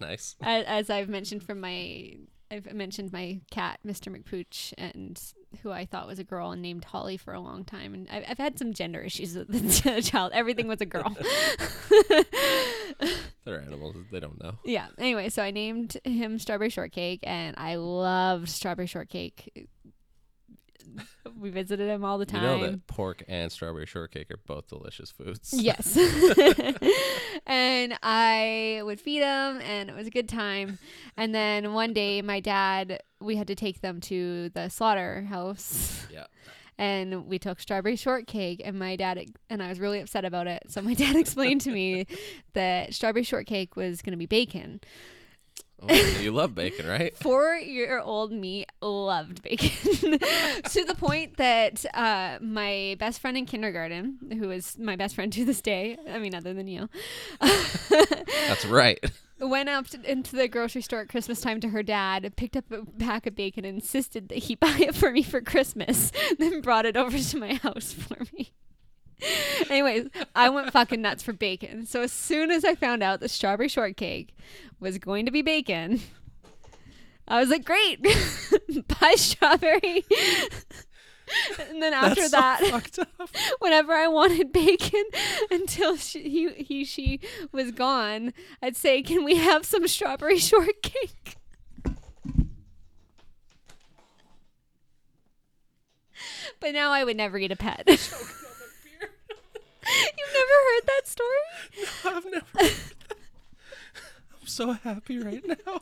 Speaker 1: nice.
Speaker 2: as, as I've mentioned from my I've mentioned my cat Mr. McPooch and who I thought was a girl and named Holly for a long time and I've, I've had some gender issues with the child everything was a girl
Speaker 1: They're animals. They don't know.
Speaker 2: yeah anyway so I named him Strawberry Shortcake and I loved Strawberry Shortcake we visited him all the time
Speaker 1: You know that pork and strawberry shortcake are both delicious foods.
Speaker 2: Yes. and I would feed them, and it was a good time. And then one day, my dad, we had to take them to the slaughterhouse.
Speaker 1: Yeah.
Speaker 2: And we took strawberry shortcake, and my dad and I was really upset about it. So my dad explained to me that strawberry shortcake was going to be bacon.
Speaker 1: Oh, you love bacon, right?
Speaker 2: Four year old me loved bacon to the point that uh, my best friend in kindergarten, who is my best friend to this day, I mean, other than you,
Speaker 1: That's right.
Speaker 2: went up to, into the grocery store at Christmas time to her dad, picked up a pack of bacon, and insisted that he buy it for me for Christmas, then brought it over to my house for me. Anyways, I went fucking nuts for bacon. So as soon as I found out the strawberry shortcake was going to be bacon, I was like, "Great, buy strawberry." and then after
Speaker 1: That's so
Speaker 2: that,
Speaker 1: fucked up.
Speaker 2: whenever I wanted bacon until she, he he she was gone, I'd say, "Can we have some strawberry shortcake?" But now I would never eat a pet. You've never heard that story?
Speaker 1: I've never. I'm so happy right now.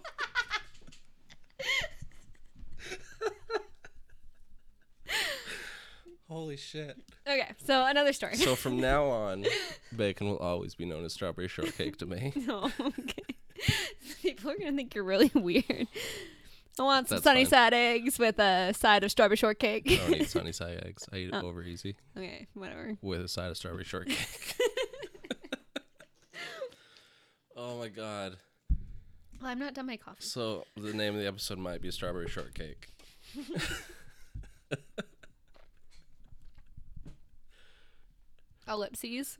Speaker 1: Holy shit.
Speaker 2: Okay, so another story.
Speaker 1: So from now on, bacon will always be known as strawberry shortcake to me.
Speaker 2: no, Oh, okay. People are gonna think you're really weird. I want some
Speaker 1: That's
Speaker 2: sunny
Speaker 1: fine. Oh.
Speaker 2: side eggs with a side of strawberry shortcake.
Speaker 1: I don't eat sunny side eggs. I eat it over easy
Speaker 2: okay, whatever.
Speaker 1: with a side of strawberry shortcake. oh my god.
Speaker 2: Well, I'm not done my coffee.
Speaker 1: So the name of the episode might be strawberry shortcake.
Speaker 2: ellipses.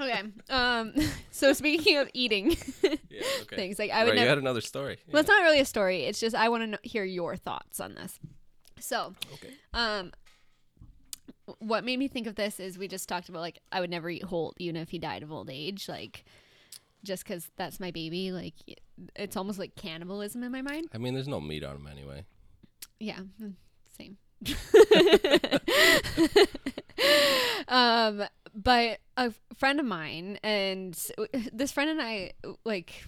Speaker 2: okay. Um. So speaking of eating
Speaker 1: Yeah, okay.
Speaker 2: things, like I would
Speaker 1: Right, you
Speaker 2: never.
Speaker 1: had another story.
Speaker 2: Well, it's not really a story. It's just I want to hear your thoughts on this. So,
Speaker 1: Okay.
Speaker 2: um, what made me think of this is we just talked about like I would never eat Holt even if he died of old age, like just because that's my baby. Like it's almost like cannibalism in my mind.
Speaker 1: I mean, there's no meat on them anyway.
Speaker 2: Yeah, mm, same. um, but a friend of mine and this friend and I like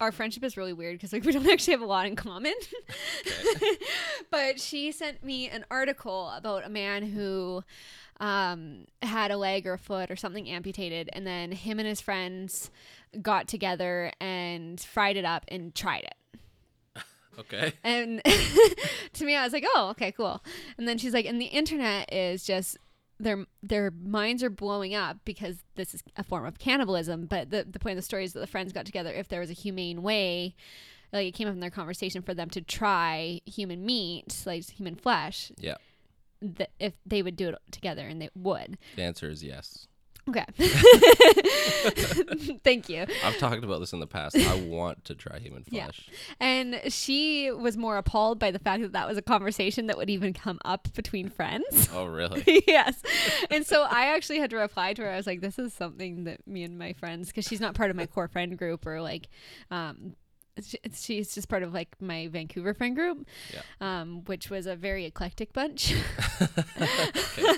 Speaker 2: our friendship is really weird because like we don't actually have a lot in common. but she sent me an article about a man who um, had a leg or a foot or something amputated, and then him and his friends got together and fried it up and tried it.
Speaker 1: Okay.
Speaker 2: And to me, I was like, "Oh, okay, cool." And then she's like, "And the internet is just their their minds are blowing up because this is a form of cannibalism." But the the point of the story is that the friends got together. If there was a humane way, like it came up in their conversation for them to try human meat, like human flesh,
Speaker 1: Yeah.
Speaker 2: that if they would do it together, and they would.
Speaker 1: The answer is yes.
Speaker 2: Okay, thank you.
Speaker 1: I've talked about this in the past. I want to try human
Speaker 2: Yeah.
Speaker 1: flesh.
Speaker 2: And she was more appalled by the fact that that was a conversation that would even come up between friends.
Speaker 1: Oh, really?
Speaker 2: yes. And so I actually had to reply to her. I was like, this is something that me and my friends, because she's not part of my core friend group or like, um, sh- she's just part of like my Vancouver friend group,
Speaker 1: Yeah.
Speaker 2: um, which was a very eclectic bunch.
Speaker 1: Okay.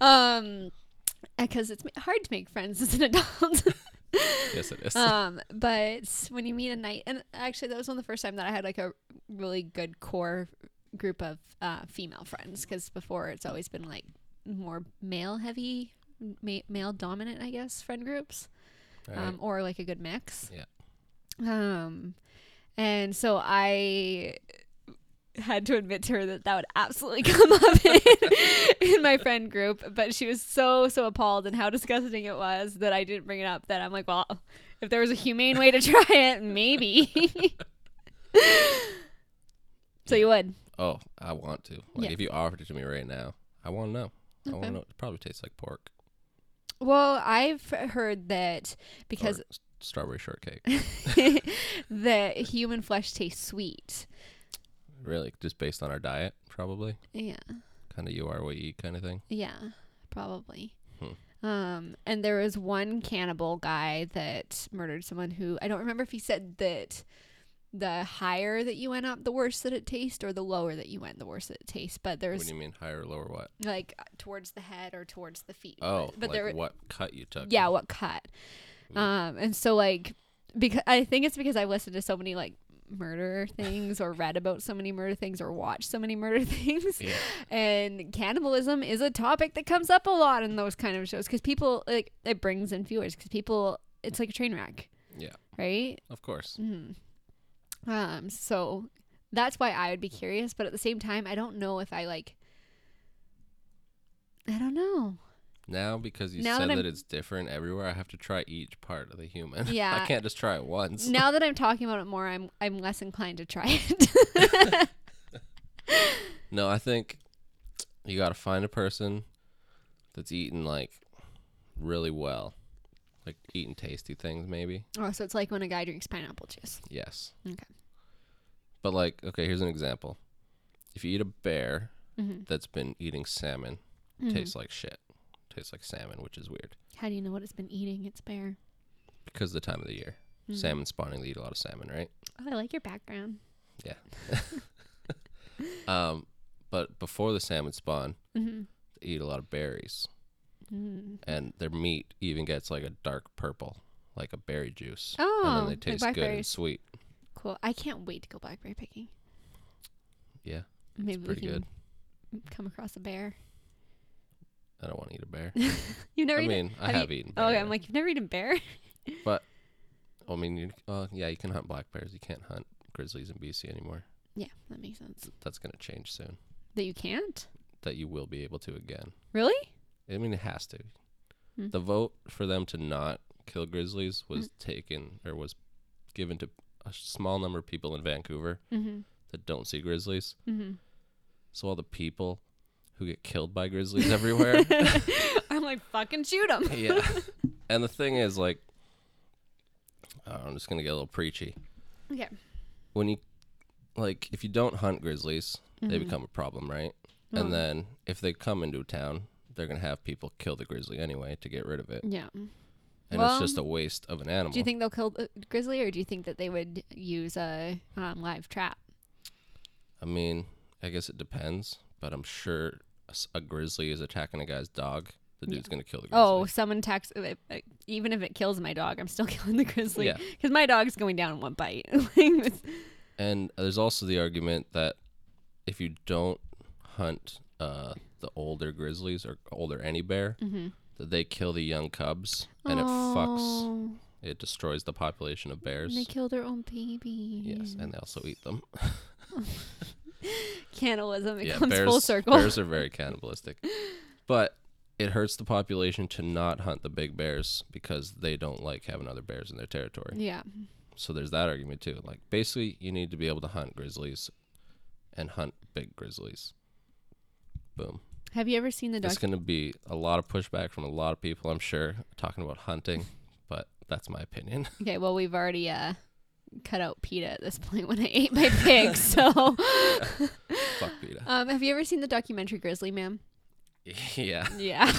Speaker 2: um, because it's ma- hard to make friends as an adult.
Speaker 1: yes, it is.
Speaker 2: um, but when you meet a night, and actually that was one of the first time that I had like a really good core group of uh, female friends because before it's always been like more male heavy, ma- male dominant, I guess, friend groups,
Speaker 1: All right.
Speaker 2: um, or like a good mix.
Speaker 1: Yeah.
Speaker 2: Um, and so I had to admit to her that that would absolutely come up in, in my friend group, but she was so so appalled and how disgusting it was that I didn't bring it up. That I'm like, well, if there was a humane way to try it, maybe. so you would.
Speaker 1: oh, I want to. Like,
Speaker 2: Yeah.
Speaker 1: if you offered it to me right now, I want to know. I want
Speaker 2: Okay.
Speaker 1: to know. It probably tastes like pork
Speaker 2: Well, I've heard that because
Speaker 1: or s- strawberry shortcake.
Speaker 2: the human flesh tastes sweet.
Speaker 1: really, just based on our diet, probably.
Speaker 2: Yeah.
Speaker 1: Kind of you are what you eat kind of thing.
Speaker 2: Yeah, probably.
Speaker 1: Hmm.
Speaker 2: Um, and there was one cannibal guy that murdered someone who I don't remember if he said that the higher that you went up, the worse that it tastes, or the lower that you went, the worse that it tastes. But
Speaker 1: What
Speaker 2: there's
Speaker 1: do you mean, higher or lower what?
Speaker 2: like uh, towards the head or towards the feet.
Speaker 1: Oh,
Speaker 2: but
Speaker 1: like
Speaker 2: there,
Speaker 1: what Hmm. cut you took.
Speaker 2: yeah, what cut? Um, and so like because I think it's because I listened to so many like murder things or read about so many murder things or watched so many murder things
Speaker 1: Yeah.
Speaker 2: and cannibalism is a topic that comes up a lot in those kind of shows because people like it brings in viewers because people it's like a train wreck
Speaker 1: Yeah,
Speaker 2: right
Speaker 1: of course.
Speaker 2: Mm. um so that's why i would be curious but at the same time i don't know if i like i don't know
Speaker 1: Now, because you
Speaker 2: Now
Speaker 1: said
Speaker 2: that
Speaker 1: that,
Speaker 2: I'm-
Speaker 1: it's different everywhere, I have to try each part of the human.
Speaker 2: Yeah.
Speaker 1: I can't just try it once.
Speaker 2: now that i'm talking about it more i'm i'm less inclined to try it
Speaker 1: No, I think you got to find a person that's eating like really well, like eating tasty things, maybe.
Speaker 2: oh so it's like when a guy drinks pineapple juice
Speaker 1: Yes.
Speaker 2: Okay.
Speaker 1: But like, okay, here's an example. If you eat a bear
Speaker 2: Mhm.
Speaker 1: that's been eating salmon,
Speaker 2: Mhm.
Speaker 1: tastes like shit. Tastes like salmon, which is weird
Speaker 2: how do you know what it's been eating it's bear
Speaker 1: because of the time of the year.
Speaker 2: Mhm.
Speaker 1: Salmon spawning, they eat a lot of salmon, right?
Speaker 2: oh i like your background
Speaker 1: Um, but before the salmon spawn,
Speaker 2: mm-hmm.
Speaker 1: they eat a lot of berries,
Speaker 2: mm
Speaker 1: and their meat even gets like a dark purple, like a berry juice. and
Speaker 2: oh
Speaker 1: then they
Speaker 2: like
Speaker 1: taste good and
Speaker 2: blackberries.
Speaker 1: sweet.
Speaker 2: Cool. I can't wait to go blackberry picking.
Speaker 1: Yeah,
Speaker 2: Maybe we
Speaker 1: pretty
Speaker 2: can
Speaker 1: good.
Speaker 2: come across a bear.
Speaker 1: I don't want to eat a bear.
Speaker 2: You've never
Speaker 1: I
Speaker 2: eaten.
Speaker 1: mean, I
Speaker 2: have you-
Speaker 1: have eaten.
Speaker 2: oh,
Speaker 1: bear,
Speaker 2: okay. I'm like, you've never eaten bear.
Speaker 1: I mean, you, uh, yeah, you can hunt black bears. You can't hunt grizzlies in BC anymore.
Speaker 2: yeah, that makes sense.
Speaker 1: That's gonna change soon.
Speaker 2: That you can't.
Speaker 1: That you will be able to again.
Speaker 2: Really?
Speaker 1: I mean, it has to.
Speaker 2: Hmm.
Speaker 1: The vote for them to not kill grizzlies was taken or was given to a small number of people in Vancouver
Speaker 2: Mm-hmm.
Speaker 1: that don't see grizzlies.
Speaker 2: Mm-hmm.
Speaker 1: So all the people who get killed by grizzlies everywhere.
Speaker 2: I'm like, fucking shoot them.
Speaker 1: yeah. And the thing is, like, I don't know, I'm just gonna get a little preachy.
Speaker 2: Okay.
Speaker 1: When you, like, if you don't hunt grizzlies, they
Speaker 2: Mm-hmm.
Speaker 1: become a problem, right?
Speaker 2: Mhm.
Speaker 1: And then if they come into a town, they're gonna have people kill the grizzly anyway to get rid of it,
Speaker 2: Yeah.
Speaker 1: and
Speaker 2: Well,
Speaker 1: it's just a waste of an animal.
Speaker 2: Do you think they'll kill the grizzly, or do you think that they would use a um, live trap?
Speaker 1: I mean, I guess it depends, but I'm sure a, s- a grizzly is attacking a guy's dog. The
Speaker 2: Yeah.
Speaker 1: dude's gonna kill the grizzly.
Speaker 2: Oh, someone attacks. uh, uh, Even if it kills my dog, I'm still killing the grizzly
Speaker 1: Yeah.
Speaker 2: because my dog's going down in one bite. Like,
Speaker 1: And there's also the argument that if you don't hunt uh, the older grizzlies or older any bear,
Speaker 2: Mm-hmm.
Speaker 1: that they kill the young cubs and it fucks,
Speaker 2: Oh,
Speaker 1: it destroys the population of bears.
Speaker 2: They kill their own baby.
Speaker 1: yes, and they also eat them.
Speaker 2: Cannibalism. It
Speaker 1: yeah,
Speaker 2: comes
Speaker 1: bears,
Speaker 2: full circle.
Speaker 1: bears are very cannibalistic. But it hurts the population to not hunt the big bears because they don't like having other bears in their territory.
Speaker 2: Yeah.
Speaker 1: So there's that argument too. Like basically, you need to be able to hunt grizzlies, and hunt big grizzlies. Boom.
Speaker 2: Have you ever seen the
Speaker 1: It's
Speaker 2: doc?
Speaker 1: going to be a lot of pushback from a lot of people, I'm sure, talking about hunting, but that's my opinion.
Speaker 2: Okay, well we've already uh cut out PETA at this point when I ate my pig. So,
Speaker 1: Fuck PETA.
Speaker 2: um, have you ever seen the documentary Grizzly Man?
Speaker 1: yeah.
Speaker 2: Yeah,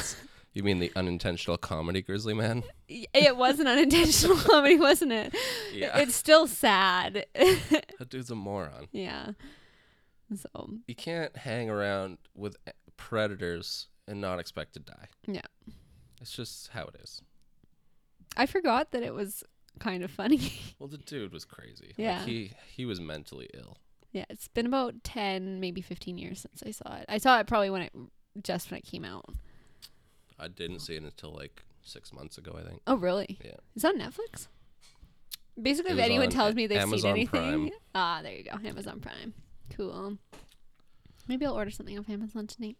Speaker 1: You mean the unintentional comedy grizzly man?
Speaker 2: it was an unintentional comedy, wasn't it?
Speaker 1: Yeah.
Speaker 2: It's still sad.
Speaker 1: that dude's a moron.
Speaker 2: yeah. So
Speaker 1: You can't hang around with predators and not expect to die.
Speaker 2: Yeah.
Speaker 1: It's just how it is.
Speaker 2: I forgot that it was kind of funny.
Speaker 1: Well, the dude was crazy.
Speaker 2: Yeah.
Speaker 1: Like, he, he was mentally ill.
Speaker 2: Yeah, it's been about 10, maybe 15 years since I saw it. I saw it probably when it just when it came out.
Speaker 1: I didn't see it until like six months ago, I think.
Speaker 2: Oh, really?
Speaker 1: Yeah.
Speaker 2: It's on Netflix? Basically,
Speaker 1: It
Speaker 2: if
Speaker 1: was
Speaker 2: anyone
Speaker 1: on
Speaker 2: tells me they've
Speaker 1: Amazon
Speaker 2: seen anything,
Speaker 1: Prime.
Speaker 2: ah, there you go, Amazon Prime. Cool. Maybe I'll order something off Amazon tonight.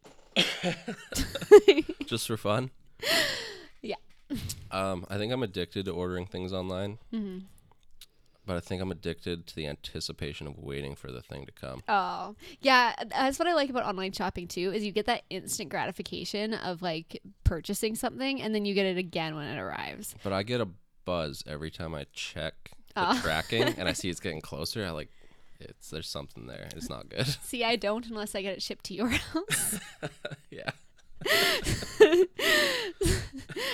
Speaker 1: Just for fun.
Speaker 2: Yeah.
Speaker 1: Um, I think I'm addicted to ordering things online,
Speaker 2: hmm
Speaker 1: but I think I'm addicted to the anticipation of waiting for the thing to come.
Speaker 2: Oh, yeah. That's what I like about online shopping too. Is you get that instant gratification of like purchasing something, and then you get it again when it arrives.
Speaker 1: But I get a buzz every time I check the
Speaker 2: Ah.
Speaker 1: tracking and I see it's getting closer. I like it's there's something there. It's not good.
Speaker 2: See, I don't unless I get it shipped to your house.
Speaker 1: yeah.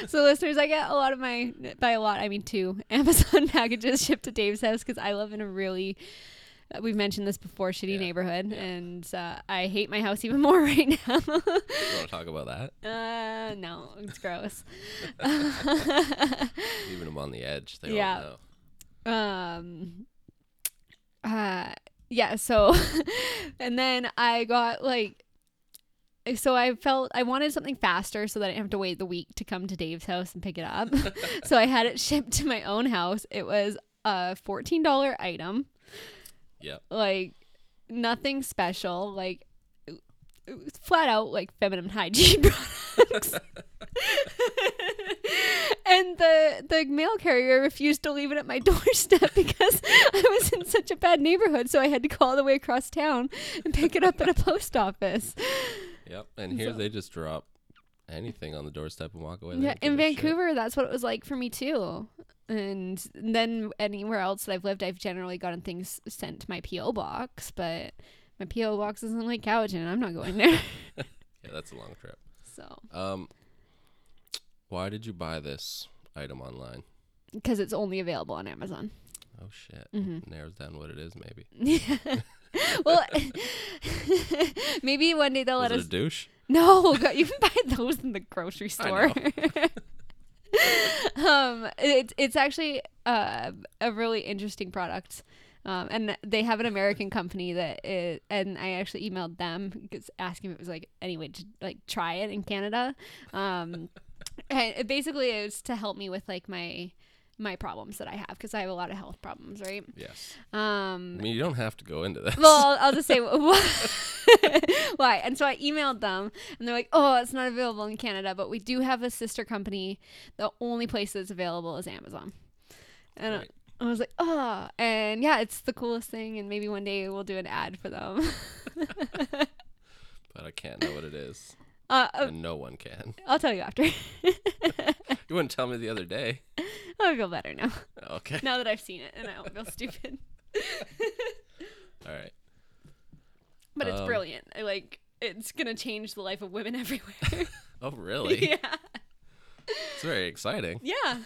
Speaker 2: so, listeners, I get a lot of my by a lot I mean two Amazon packages shipped to Dave's house because I live in a really uh, we've mentioned this before shitty
Speaker 1: Yeah,
Speaker 2: neighborhood,
Speaker 1: yeah.
Speaker 2: and uh, I hate my house even more right now.
Speaker 1: You want to talk about that?
Speaker 2: uh, no, it's gross.
Speaker 1: Leaving them on the edge. They
Speaker 2: Yeah.
Speaker 1: don't know.
Speaker 2: um uh yeah so and then i got like so i felt i wanted something faster so that i didn't have to wait the week to come to dave's house and pick it up so i had it shipped to my own house it was a $14 item
Speaker 1: Yep.
Speaker 2: like nothing special like it- it was flat out like feminine hygiene products and the the mail carrier refused to leave it at my doorstep because i was in such a bad neighborhood so i had to go all the way across town and pick it up at a post office
Speaker 1: Yep. And here
Speaker 2: So-
Speaker 1: they just drop anything on the doorstep and walk away. They
Speaker 2: yeah
Speaker 1: don't
Speaker 2: in
Speaker 1: give a shit.
Speaker 2: vancouver that's what it was like for me too and then anywhere else that i've lived i've generally gotten things sent to my po box but my po box isn't like Cowichan, and i'm not going there
Speaker 1: Yeah, that's a long trip.
Speaker 2: so
Speaker 1: Um, why did you buy this item online?
Speaker 2: because it's only available on Amazon.
Speaker 1: Oh shit.
Speaker 2: hmm
Speaker 1: Narrows down what it is, maybe.
Speaker 2: well, maybe one day they'll
Speaker 1: Was
Speaker 2: let
Speaker 1: it
Speaker 2: us.
Speaker 1: a douche?
Speaker 2: No, God, you can buy those in the grocery
Speaker 1: I
Speaker 2: store. um, it's it's actually uh, a really interesting product. Um, and they have an American company that, is, and I actually emailed them 'cause asking if it was like any way to like try it in Canada. Um, and it basically is to help me with like my my problems that I have because I have a lot of health problems, right?
Speaker 1: Yes. I
Speaker 2: Um,
Speaker 1: mean, you don't have to go into this.
Speaker 2: well, I'll, I'll just say why. why. And so I emailed them, and they're like, "Oh, it's not available in Canada, but we do have a sister company. The only place that's available is Amazon." And
Speaker 1: Right.
Speaker 2: I, I was like, "Oh, and yeah, it's the coolest thing, and maybe one day we'll do an ad for them."
Speaker 1: but I can't know what it is,
Speaker 2: Uh, uh,
Speaker 1: and no one can.
Speaker 2: I'll tell you after.
Speaker 1: You wouldn't tell me the other day.
Speaker 2: I'll feel better now.
Speaker 1: Okay.
Speaker 2: Now that I've seen it, and I don't feel stupid.
Speaker 1: All right.
Speaker 2: But it's
Speaker 1: Um,
Speaker 2: brilliant. I like. It's gonna change the life of women everywhere.
Speaker 1: Oh, really?
Speaker 2: yeah.
Speaker 1: It's very exciting.
Speaker 2: Yeah.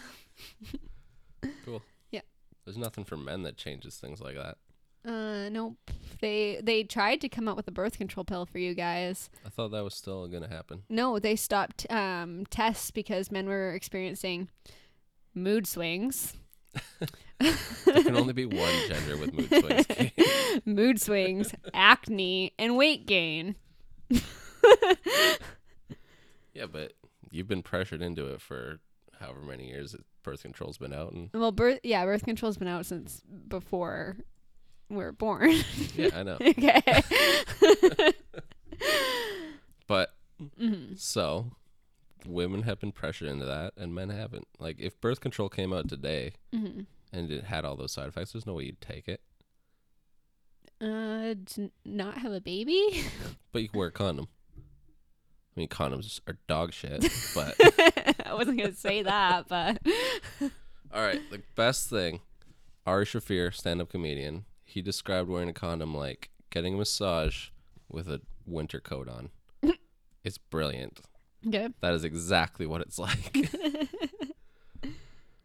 Speaker 1: Cool.
Speaker 2: Yeah.
Speaker 1: There's nothing for men that changes things like that.
Speaker 2: Uh, nope. They they tried to come out with a birth control pill for you guys.
Speaker 1: I thought that was still gonna happen.
Speaker 2: No, they stopped um, tests because men were experiencing mood swings.
Speaker 1: There can only be one gender with mood swings. Kate.
Speaker 2: mood swings, acne, and weight gain.
Speaker 1: yeah, but you've been pressured into it for however many years that birth control's been out, and
Speaker 2: Well, birth yeah, birth control's been out since before we were born.
Speaker 1: yeah, I know.
Speaker 2: okay.
Speaker 1: But
Speaker 2: Mhm.
Speaker 1: So, women have been pressured into that, and men haven't. Like, if birth control came out today
Speaker 2: Mhm.
Speaker 1: and it had all those side effects, there's no way you'd take it.
Speaker 2: Uh, to not have a baby.
Speaker 1: But you can wear a condom. I mean, condoms are dog shit. But
Speaker 2: I wasn't gonna say that, but
Speaker 1: all right, the best thing, Ari Shafir, stand-up comedian, he described wearing a condom like getting a massage with a winter coat on. it's brilliant.
Speaker 2: okay.
Speaker 1: That is exactly what it's like.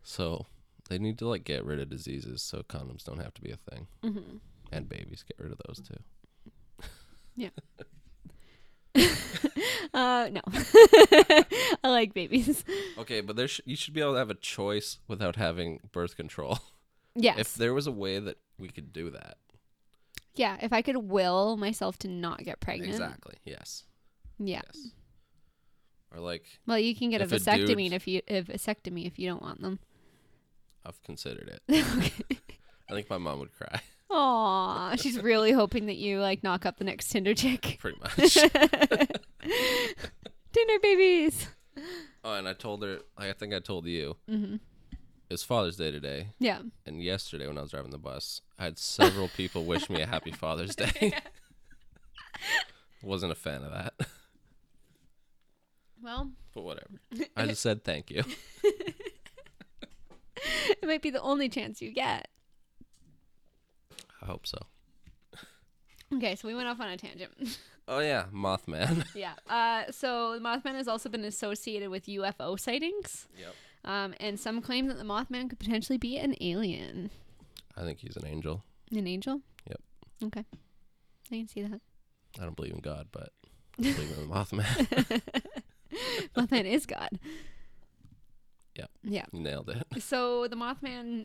Speaker 1: so they need to like get rid of diseases so condoms don't have to be a thing.
Speaker 2: Mm-hmm.
Speaker 1: and babies get rid of those too.
Speaker 2: Uh, no. I like babies.
Speaker 1: Okay, but there sh- you should be able to have a choice without having birth control.
Speaker 2: Yes.
Speaker 1: If there was a way that we could do that,
Speaker 2: Yeah, if I could will myself to not get pregnant.
Speaker 1: Exactly. Yes.
Speaker 2: Yeah.
Speaker 1: Yes. Or like
Speaker 2: Well, you can get
Speaker 1: If
Speaker 2: a
Speaker 1: a
Speaker 2: vasectomy
Speaker 1: dude-
Speaker 2: if you if vasectomy if you don't want them.
Speaker 1: I've considered it.
Speaker 2: okay.
Speaker 1: I think my mom would cry
Speaker 2: Aw, she's really hoping that you like knock up the next Tinder chick.
Speaker 1: pretty much.
Speaker 2: Tinder babies.
Speaker 1: oh, and I told her. Like, I think I told you.
Speaker 2: hmm
Speaker 1: It's Father's Day today,
Speaker 2: Yeah.
Speaker 1: and yesterday when I was driving the bus, I had several people wish me a happy Father's Day. Wasn't a fan of that,
Speaker 2: Well,
Speaker 1: but whatever. I just said thank you.
Speaker 2: it might be the only chance you get.
Speaker 1: I hope so.
Speaker 2: Okay, so we went off on a tangent.
Speaker 1: Oh yeah, Mothman.
Speaker 2: yeah. Uh, so the Mothman has also been associated with UFO sightings,
Speaker 1: Yep.
Speaker 2: um, and some claim that the Mothman could potentially be an alien,
Speaker 1: I think he's an angel.
Speaker 2: an angel.
Speaker 1: Yep.
Speaker 2: Okay. I can see that.
Speaker 1: I don't believe in God, but I believe in the Mothman.
Speaker 2: Mothman is God.
Speaker 1: Yep.
Speaker 2: Yeah.
Speaker 1: You nailed it.
Speaker 2: So the Mothman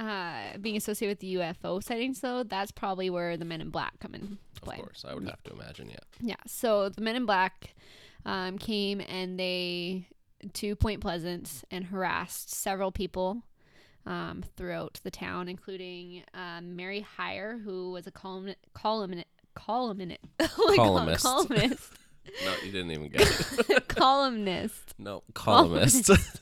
Speaker 2: uh, being associated with the UFO sightings, though, that's probably where the Men in Black come in
Speaker 1: Of
Speaker 2: play.
Speaker 1: course, I would have to imagine. Yeah.
Speaker 2: Yeah. So the Men in Black um, came and they to Point Pleasant and harassed several people um, throughout the town, including um, Mary Heyer, who was a column column columnist. Oh my God,
Speaker 1: Columnist.
Speaker 2: columnist.
Speaker 1: No, you didn't even get it.
Speaker 2: columnist.
Speaker 1: No,
Speaker 2: Columnist.
Speaker 1: columnist.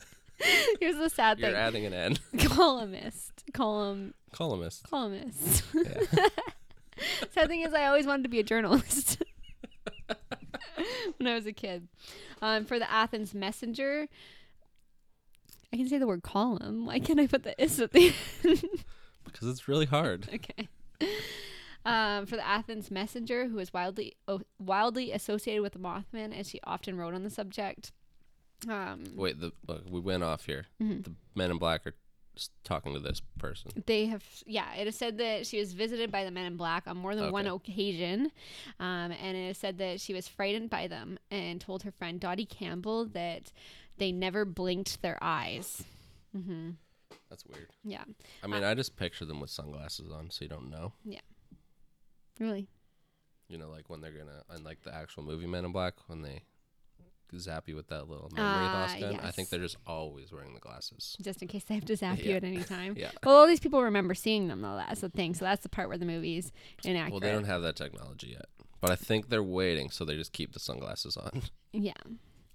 Speaker 2: Here's the sad
Speaker 1: You're
Speaker 2: thing.
Speaker 1: adding an N.
Speaker 2: columnist. Column
Speaker 1: Columnist.
Speaker 2: columnist.
Speaker 1: Yeah.
Speaker 2: Sad thing is, I always wanted to be a journalist when I was a kid. Um, for the Athens Messenger, I can say the word column. Why can't I put the is at the end?
Speaker 1: Because it's really hard.
Speaker 2: okay. Um, for the Athens Messenger, who was wildly o- wildly associated with the Mothman, as she often wrote on the subject. Um,
Speaker 1: Wait, the look, we went off here.
Speaker 2: Mhm.
Speaker 1: The men in black are s- talking to this person.
Speaker 2: they have yeah it is said that she was visited by the men in black on more than one occasion um, and it is said that she was frightened by them and told her friend dottie campbell that they never blinked their eyes hmm
Speaker 1: That's weird.
Speaker 2: yeah
Speaker 1: I mean, I just picture them with sunglasses on, so you don't know.
Speaker 2: really
Speaker 1: You know, like when they're gonna, and like the actual movie Men in Black, when they zap you with that little memory loss
Speaker 2: Ah,
Speaker 1: gun. I think
Speaker 2: yes.
Speaker 1: they're just always wearing the glasses.
Speaker 2: just in case they have to zap you
Speaker 1: Yeah.
Speaker 2: at any time
Speaker 1: Yeah.
Speaker 2: well all these people remember seeing them though that's the thing so that's the part where the movie's inaccurate
Speaker 1: Well, they don't have that technology yet, but I think they're waiting, so they just keep the sunglasses on.
Speaker 2: yeah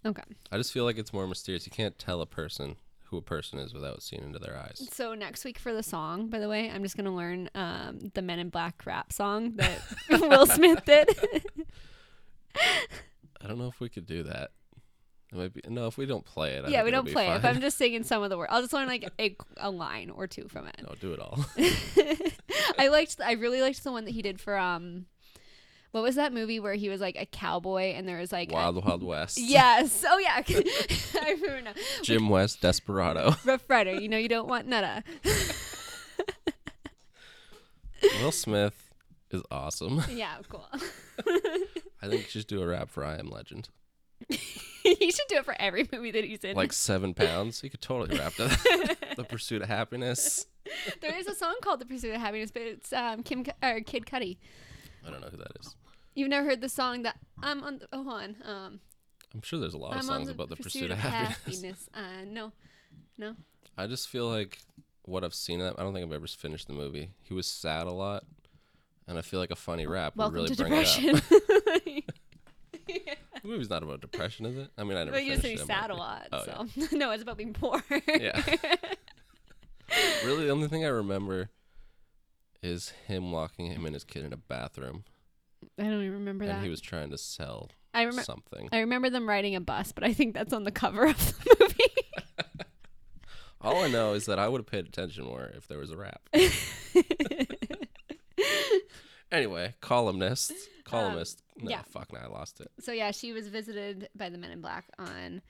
Speaker 2: okay
Speaker 1: I just feel like it's more mysterious. You can't tell a person who a person is without seeing into their eyes.
Speaker 2: So next week for the song, by the way, I'm just gonna learn um, the Men in Black rap song that Will Smith did.
Speaker 1: I don't know if we could do that. It might be no. If we don't play it, I
Speaker 2: yeah,
Speaker 1: think it'll
Speaker 2: we don't
Speaker 1: be
Speaker 2: play it. But
Speaker 1: fine.
Speaker 2: I'm just singing some of the words. I'll just learn like a, a line or two from it.
Speaker 1: No, do it all.
Speaker 2: I liked. I really liked the one that he did for um, what was that movie where he was like a cowboy and there was like a-
Speaker 1: Wild Wild West.
Speaker 2: yes. Oh yeah. I remember now.
Speaker 1: Jim West, Desperado.
Speaker 2: Rough Rider. You know you don't want nada.
Speaker 1: Will Smith is awesome.
Speaker 2: yeah. Cool.
Speaker 1: I think you should do a rap for I Am Legend.
Speaker 2: he should do it for every movie that he's in.
Speaker 1: Like seven pounds. He could totally rap to that. the Pursuit of Happiness.
Speaker 2: There is a song called "The Pursuit of Happiness," but it's um, Kim Cu- or Kid Cudi.
Speaker 1: I don't know who that is.
Speaker 2: You've never heard the song that I'm on. The, oh, on. Um,
Speaker 1: I'm sure there's a lot
Speaker 2: I'm
Speaker 1: of
Speaker 2: on
Speaker 1: songs about the Pursuit of Happiness.
Speaker 2: Uh, no,
Speaker 1: I just feel like what I've seen of that. I don't think I've ever finished the movie. He was sad a lot, and I feel like a funny rap
Speaker 2: welcome
Speaker 1: would really
Speaker 2: to
Speaker 1: bring it
Speaker 2: depression.
Speaker 1: up. The movie's not about depression, is it? I mean, I never.
Speaker 2: but you
Speaker 1: finished
Speaker 2: said
Speaker 1: it,
Speaker 2: he's
Speaker 1: but-
Speaker 2: sad a lot.
Speaker 1: Oh,
Speaker 2: so no, it's about being poor.
Speaker 1: Yeah. really, the only thing I remember is him locking him and his kid in a bathroom,
Speaker 2: I don't even remember
Speaker 1: and
Speaker 2: that.
Speaker 1: he was trying to sell
Speaker 2: I remember.
Speaker 1: something.
Speaker 2: I remember them riding a bus, but I think that's on the cover of the movie.
Speaker 1: All I know is that I would have paid attention more if there was a rap. anyway, columnist, columnist. no,
Speaker 2: Um, yeah.
Speaker 1: fuck, now I lost it.
Speaker 2: so yeah, she was visited by the Men in Black on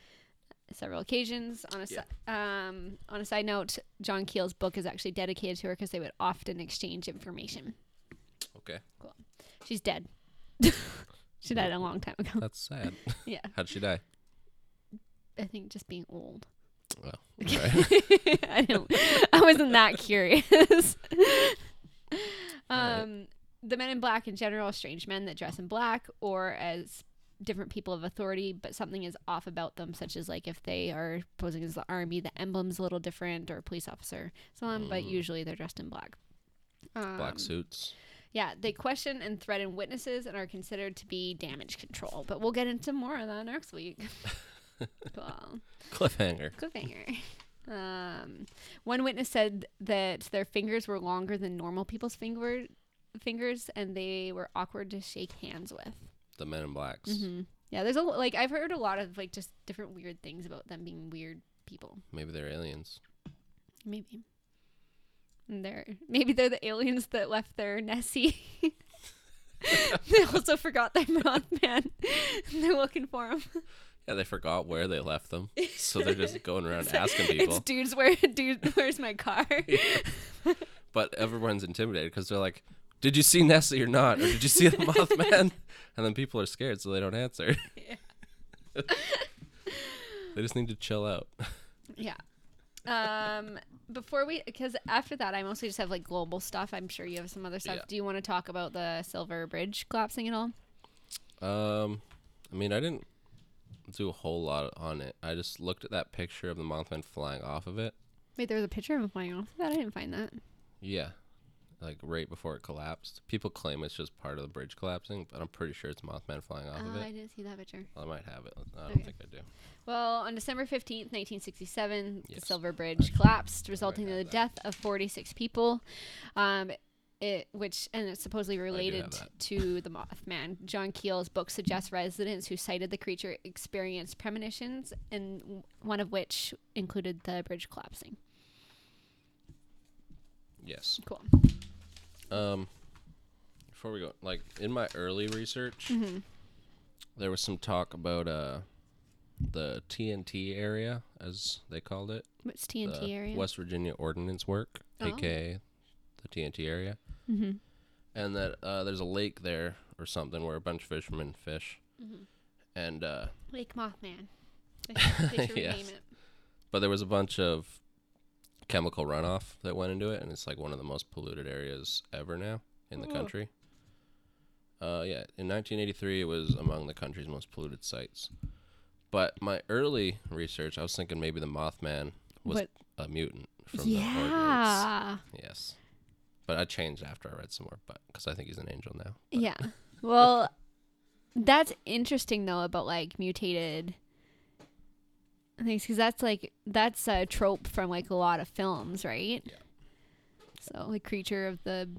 Speaker 2: several occasions. On a si- um, on a side note, John Keel's book is actually dedicated to her because they would often exchange information.
Speaker 1: Okay,
Speaker 2: She's dead. she died a long time ago.
Speaker 1: that's sad.
Speaker 2: Yeah,
Speaker 1: How'd she die?
Speaker 2: I think just being old.
Speaker 1: Oh, right.
Speaker 2: I didn't. I wasn't that curious. um,
Speaker 1: Alright.
Speaker 2: the men in black in general, strange men that dress in black or as different people of authority, but something is off about them, such as like if they are posing as the army, the emblem's a little different or a police officer, so on, but
Speaker 1: Mm.
Speaker 2: usually they're dressed in black. Um,
Speaker 1: Black suits.
Speaker 2: Yeah, they question and threaten witnesses and are considered to be damage control, but we'll get into more of that next week. cool.
Speaker 1: Cliffhanger.
Speaker 2: Cliffhanger. Um, one witness said that their fingers were longer than normal people's finger fingers, and they were awkward to shake hands with.
Speaker 1: The Men in Blacks.
Speaker 2: mm-hmm. Yeah, there's a lo- like I've heard a lot of like just different weird things about them being weird people.
Speaker 1: Maybe they're aliens.
Speaker 2: Maybe. And they're maybe they're the aliens that left their Nessie. they also forgot their Mothman. and they're looking for him.
Speaker 1: Yeah, they forgot where they left them, so they're just going around
Speaker 2: So
Speaker 1: asking
Speaker 2: It's
Speaker 1: people.
Speaker 2: dudes where dude where's my car?
Speaker 1: But everyone's intimidated because they're like, "Did you see Nessie or not? Or did you see the Mothman?" and then people are scared, so they don't answer.
Speaker 2: Yeah.
Speaker 1: they just need to chill out.
Speaker 2: Yeah. Um before we cuz after that I mostly just have like global stuff. I'm sure you have some other stuff.
Speaker 1: Yeah.
Speaker 2: Do you want to talk about the Silver Bridge collapsing at all?
Speaker 1: Um, I mean, I didn't do a whole lot on it. I just looked at that picture of the Mothman flying off of it.
Speaker 2: Wait, there was a picture of him flying off that. I didn't find that.
Speaker 1: Yeah. Like right before it collapsed. People claim it's just part of the bridge collapsing, but I'm pretty sure it's Mothman flying off of
Speaker 2: Oh, I
Speaker 1: it.
Speaker 2: didn't see that picture.
Speaker 1: I might have it. I don't
Speaker 2: Okay.
Speaker 1: think I do.
Speaker 2: Well, on December 15th, 1967,
Speaker 1: Yes.
Speaker 2: the Silver Bridge collapsed, resulting in
Speaker 1: have
Speaker 2: the
Speaker 1: that.
Speaker 2: death of 46 people. Um, it, which and it's supposedly related
Speaker 1: that.
Speaker 2: to the Mothman. John Keel's book suggests residents who sighted the creature experienced premonitions, and w- one of which included the bridge collapsing.
Speaker 1: Yes.
Speaker 2: Cool.
Speaker 1: Um, before we go, like in my early research,
Speaker 2: Mm-hmm.
Speaker 1: there was some talk about uh the TNT area, as they called it,
Speaker 2: What's TNT
Speaker 1: the
Speaker 2: area?
Speaker 1: West Virginia Ordnance Work,
Speaker 2: Oh.
Speaker 1: aka the TNT area,
Speaker 2: Mhm.
Speaker 1: and that uh, there's a lake there or something where a bunch of fishermen fish,
Speaker 2: Mhm.
Speaker 1: and uh,
Speaker 2: Lake Mothman. They should, they should
Speaker 1: Yes.
Speaker 2: rename it.
Speaker 1: but there was a bunch of chemical runoff that went into it, and it's like one of the most polluted areas ever now in the
Speaker 2: Ooh.
Speaker 1: country. Uh, yeah, in 1983, it was among the country's most polluted sites. But my early research, I was thinking maybe the Mothman was
Speaker 2: What-
Speaker 1: a mutant from the ordinance.
Speaker 2: yeah.
Speaker 1: Yes, but I changed after I read some more, but because I think he's an angel now. But
Speaker 2: Yeah. Well, that's interesting though about like mutated things because that's like that's a trope from like a lot of films, right?
Speaker 1: Yeah.
Speaker 2: So like creature of the,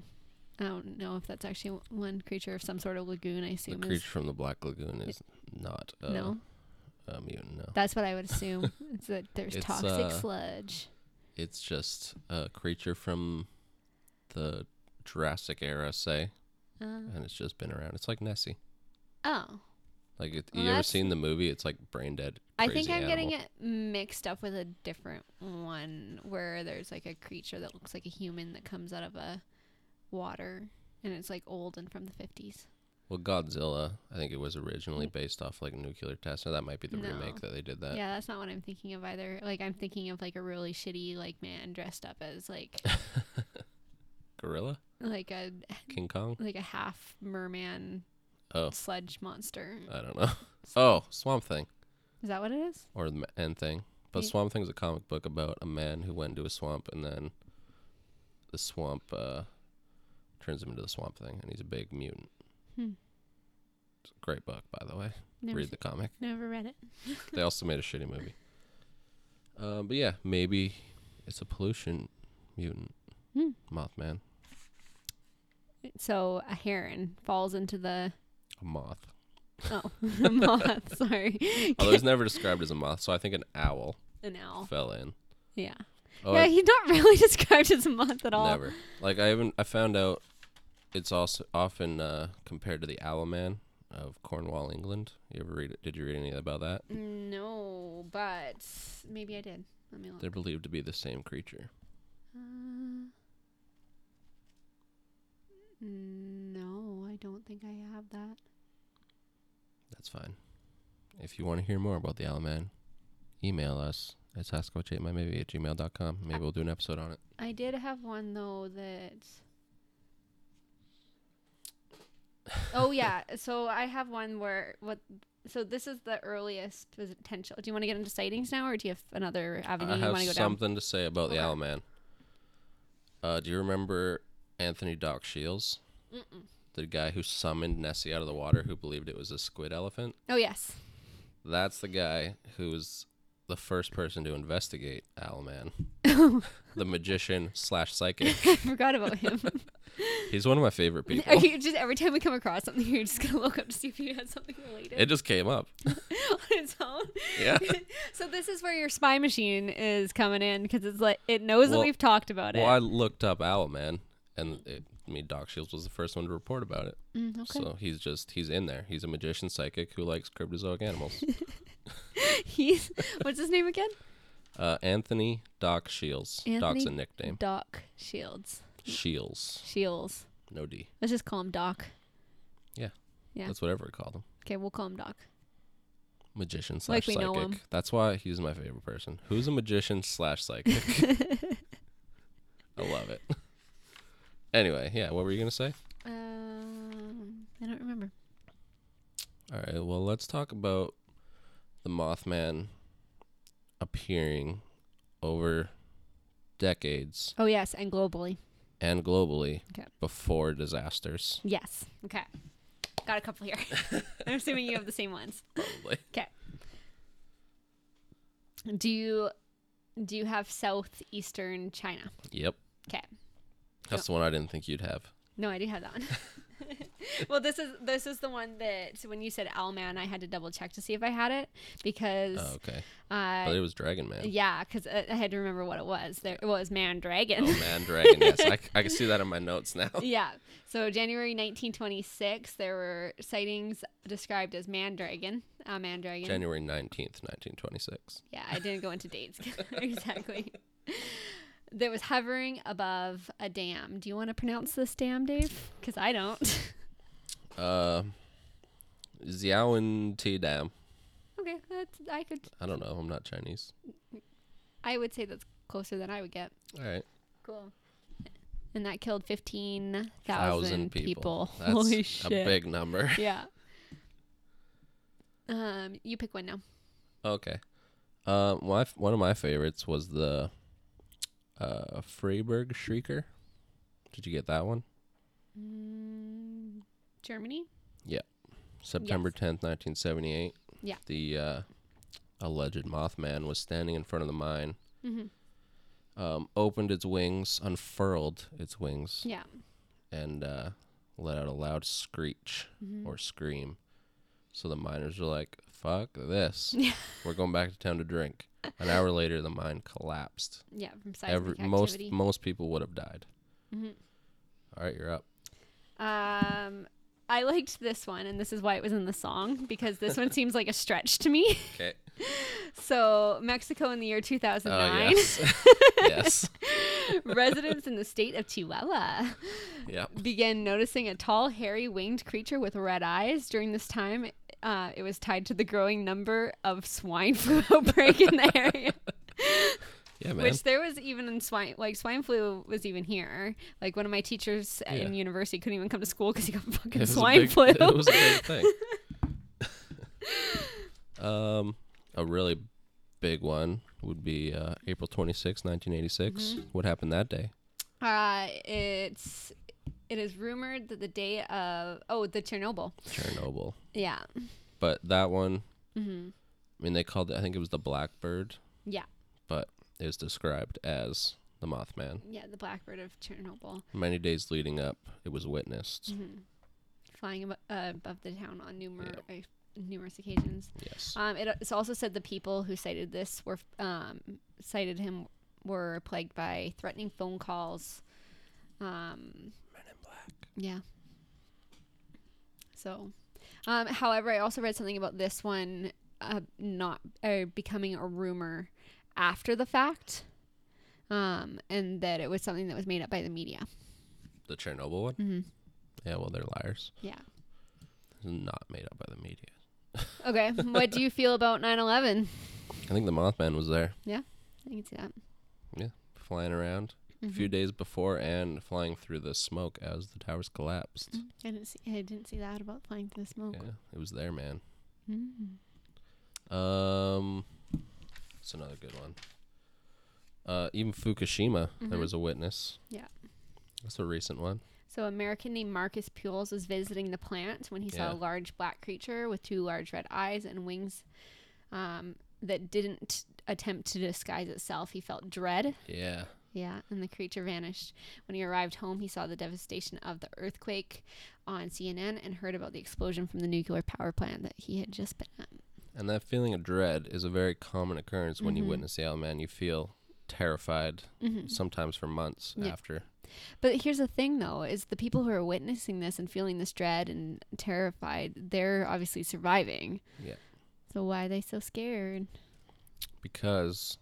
Speaker 2: I don't know if that's actually one creature of some sort of lagoon. I
Speaker 1: The
Speaker 2: assume is
Speaker 1: creature from the Black Lagoon is not uh,
Speaker 2: no.
Speaker 1: a mutant. No,
Speaker 2: That's what I would assume. it's that there's
Speaker 1: It's,
Speaker 2: toxic
Speaker 1: uh,
Speaker 2: sludge.
Speaker 1: It's just a creature from the Jurassic era, say,
Speaker 2: Uh,
Speaker 1: and it's just been around. It's like Nessie.
Speaker 2: oh,
Speaker 1: Like it,
Speaker 2: Well,
Speaker 1: you ever
Speaker 2: that's-
Speaker 1: seen the movie? It's like brain dead.
Speaker 2: I think
Speaker 1: crazy
Speaker 2: I'm getting
Speaker 1: animal.
Speaker 2: it mixed up with a different one where there's like a creature that looks like a human that comes out of a water and it's like old and from the 50s.
Speaker 1: Well, Godzilla. I think it was originally based off like a nuclear test. Now that might be the
Speaker 2: Mm. No.
Speaker 1: remake that they did that.
Speaker 2: yeah, that's not what I'm thinking of either. Like I'm thinking of like a really shitty like man dressed up as like
Speaker 1: Gorilla,
Speaker 2: like a
Speaker 1: King Kong.
Speaker 2: like a half merman
Speaker 1: Oh. Uh,
Speaker 2: sludge monster.
Speaker 1: I don't know. Oh, Swamp Thing
Speaker 2: Is that what it is?
Speaker 1: or the Man Thing. But
Speaker 2: Yeah.
Speaker 1: Swamp Thing's a comic book about a man who went into a swamp and then the swamp uh, turns him into the Swamp Thing, and he's a big mutant.
Speaker 2: Hmm.
Speaker 1: It's a great book, by the way.
Speaker 2: Never,
Speaker 1: Read the comic.
Speaker 2: never read it.
Speaker 1: they also made a shitty movie. Uh, but yeah, maybe it's a pollution mutant
Speaker 2: Hmm.
Speaker 1: Mothman,
Speaker 2: So a heron falls into the
Speaker 1: a moth.
Speaker 2: oh moth, sorry.
Speaker 1: Although he's never described as a moth, so I think an owl
Speaker 2: An owl.
Speaker 1: fell in.
Speaker 2: Yeah.
Speaker 1: Oh,
Speaker 2: yeah,
Speaker 1: I-
Speaker 2: he's not really described as a moth at all.
Speaker 1: never. Like I haven't. I found out it's also often uh, compared to the Owl Man of Cornwall, England. You ever read it? Did you read any about that?
Speaker 2: No, but maybe I did. Let me look.
Speaker 1: They're believed to be the same creature.
Speaker 2: Uh, no, I don't think I have that.
Speaker 1: That's fine. If you want to hear more about the Owl Man, email us at sasquatchmymaybe at gmail.com. Maybe we'll do an episode on it.
Speaker 2: I did have one though that Oh yeah. So I have one where what. So this is the earliest potential. Do you want to get into sightings now, or do you have another avenue
Speaker 1: I
Speaker 2: you want to go
Speaker 1: have
Speaker 2: down?
Speaker 1: something to say about the
Speaker 2: Okay.
Speaker 1: Owl Man. Uh, do you remember Anthony Doc Shields? The guy who summoned Nessie out of the water who believed it was a squid elephant?
Speaker 2: Oh yes.
Speaker 1: That's the guy who was the first person to investigate Owlman, the magician slash psychic.
Speaker 2: I forgot about him.
Speaker 1: He's one of my favorite
Speaker 2: Are
Speaker 1: people.
Speaker 2: you just every time we come across something, you're just gonna look up to see if you had something related
Speaker 1: It just came up.
Speaker 2: on its own?
Speaker 1: Yeah.
Speaker 2: so this is where your spy machine is coming in because it's like it knows that
Speaker 1: Well-
Speaker 2: we've talked about it.
Speaker 1: Well, I looked up Owlman, and it, I mean, Doc Shields was the first one to report about it.
Speaker 2: Mm, okay.
Speaker 1: So he's just, he's in there. He's a magician psychic who likes cryptozoic animals.
Speaker 2: He's what's his name again?
Speaker 1: uh, Anthony Doc Shields. Doc's a
Speaker 2: Anthony
Speaker 1: nickname.
Speaker 2: Doc Shields.
Speaker 1: Shields.
Speaker 2: Shields.
Speaker 1: No D.
Speaker 2: Let's just call him Doc. Yeah.
Speaker 1: That's whatever we call them.
Speaker 2: Okay, we'll call him Doc.
Speaker 1: Magician slash
Speaker 2: Like we
Speaker 1: psychic.
Speaker 2: know him.
Speaker 1: That's why he's my favorite person. Who's a magician slash psychic? I love it. Anyway, yeah, what were you gonna say?
Speaker 2: Um, I don't remember.
Speaker 1: All right, well, let's talk about the Mothman appearing over decades
Speaker 2: Oh yes, and globally.
Speaker 1: and globally
Speaker 2: Okay.
Speaker 1: before disasters.
Speaker 2: Yes. Okay. Got a couple here. I'm assuming you have the same ones.
Speaker 1: Probably.
Speaker 2: Do you do you have southeastern China?
Speaker 1: Yep.
Speaker 2: 'Kay.
Speaker 1: That's the one I didn't think you'd have.
Speaker 2: No, I do have that one. well, this is this is the one that when you said Owlman, I had to double check to see if I had it because
Speaker 1: Oh, okay.
Speaker 2: uh,
Speaker 1: But it was Dragon Man.
Speaker 2: yeah, because I, I had to remember what it was. There well, it was man dragon.
Speaker 1: Oh man, Dragon. Yes, I, c- I can see that in my notes now.
Speaker 2: yeah. So January 1926, there were sightings described as mandragon. Uh, mandragon.
Speaker 1: January nineteenth, nineteen twenty-six.
Speaker 2: Yeah, I didn't go into dates exactly. That was hovering above a dam. Do you want to pronounce this dam, Dave? Because I don't.
Speaker 1: Uh, Xiaowen T Dam.
Speaker 2: okay, that's I could.
Speaker 1: I don't know. I'm not Chinese.
Speaker 2: I would say that's closer than I would get.
Speaker 1: All right.
Speaker 2: Cool. And that killed fifteen
Speaker 1: Thousand
Speaker 2: thousand people.
Speaker 1: That's
Speaker 2: Holy
Speaker 1: a
Speaker 2: shit!
Speaker 1: big number.
Speaker 2: Yeah. Um, you pick one now.
Speaker 1: Okay. Um, my f- one of my favorites was the uh Freiburg Shrieker. Did you get that one?
Speaker 2: Mm, Germany.
Speaker 1: September tenth, nineteen seventy-eight.
Speaker 2: Yeah.
Speaker 1: The uh, alleged Mothman was standing in front of the mine.
Speaker 2: Mm-hmm.
Speaker 1: Um, opened its wings, unfurled its wings,
Speaker 2: Yeah.
Speaker 1: and uh, let out a loud screech
Speaker 2: Mhm.
Speaker 1: or scream. So the miners were like, fuck this.
Speaker 2: Yeah.
Speaker 1: We're going back to town to drink. An hour later, the mine collapsed.
Speaker 2: Yeah. From
Speaker 1: Every,
Speaker 2: seismic
Speaker 1: most
Speaker 2: activity.
Speaker 1: most people would have died.
Speaker 2: Mhm.
Speaker 1: All right, you're up.
Speaker 2: Um, I liked this one, and this is why it was in the song because this one seems like a stretch to me.
Speaker 1: Okay.
Speaker 2: So, Mexico in the year
Speaker 1: Oh,
Speaker 2: 2009,
Speaker 1: yes. yes.
Speaker 2: residents in the state of Chihuahua
Speaker 1: Yep.
Speaker 2: began noticing a tall, hairy, winged creature with red eyes. During this time, uh, it was tied to the growing number of swine flu outbreak in the area,
Speaker 1: Yeah, man.
Speaker 2: which there was even in swine, like swine flu was even here. Like one of my teachers in
Speaker 1: Yeah.
Speaker 2: university couldn't even come to school because he got
Speaker 1: It
Speaker 2: fucking
Speaker 1: was a
Speaker 2: swine
Speaker 1: big-
Speaker 2: flu.
Speaker 1: It was a big thing. um, a really big one would be uh, April 26, 1986.
Speaker 2: Mm-hmm.
Speaker 1: What happened that day?
Speaker 2: Uh, it's it is rumored that the day of oh the Chernobyl.
Speaker 1: Chernobyl.
Speaker 2: Yeah.
Speaker 1: But that one,
Speaker 2: Mm-hmm.
Speaker 1: I mean, they called it, I think it was the Blackbird.
Speaker 2: Yeah.
Speaker 1: But it was described as the Mothman.
Speaker 2: Yeah, the blackbird of Chernobyl
Speaker 1: Many days leading up, it was witnessed.
Speaker 2: Mm. flying abo- uh, above the town on numerous numerous occasions.
Speaker 1: Yes.
Speaker 2: Um, it, it's also said the people who cited this were um, cited him were plagued by threatening phone calls. Um,
Speaker 1: Men in Black.
Speaker 2: Yeah. So, um, however, I also read something about this one uh, not uh, becoming a rumor after the fact, um, and that it was something that was made up by the media.
Speaker 1: The Chernobyl one?
Speaker 2: Mm-hmm.
Speaker 1: Yeah, well, they're liars.
Speaker 2: Yeah.
Speaker 1: It's not made up by the media.
Speaker 2: Okay. what do you feel about 9/11?
Speaker 1: I think the Mothman was there
Speaker 2: I can see that. Mm-hmm.
Speaker 1: flying around. a few days before and flying through the smoke as the towers collapsed.
Speaker 2: Mm-hmm. I didn't see. I didn't see that about flying through the smoke.
Speaker 1: Yeah, it was there, man.
Speaker 2: Mm.
Speaker 1: Um, it's another good one. Uh, even Fukushima, there
Speaker 2: Mhm.
Speaker 1: was a witness.
Speaker 2: Yeah.
Speaker 1: that's a recent one.
Speaker 2: So, a American named Marcus Pujols was visiting the plant when he saw
Speaker 1: Yeah.
Speaker 2: a large black creature with two large red eyes and wings um, that didn't attempt to disguise itself. He felt dread.
Speaker 1: Yeah,
Speaker 2: Yeah, and the creature vanished. When he arrived home, he saw the devastation of the earthquake on CNN and heard about the explosion from the nuclear power plant that he had just been at.
Speaker 1: and that feeling of dread is a very common occurrence when
Speaker 2: Mm-hmm.
Speaker 1: you witness the man. You feel terrified, sometimes for months
Speaker 2: Yeah.
Speaker 1: after.
Speaker 2: But here's the thing, though, is the people who are witnessing this and feeling this dread and terrified, they're obviously surviving.
Speaker 1: Yeah.
Speaker 2: So why are they so scared?
Speaker 1: because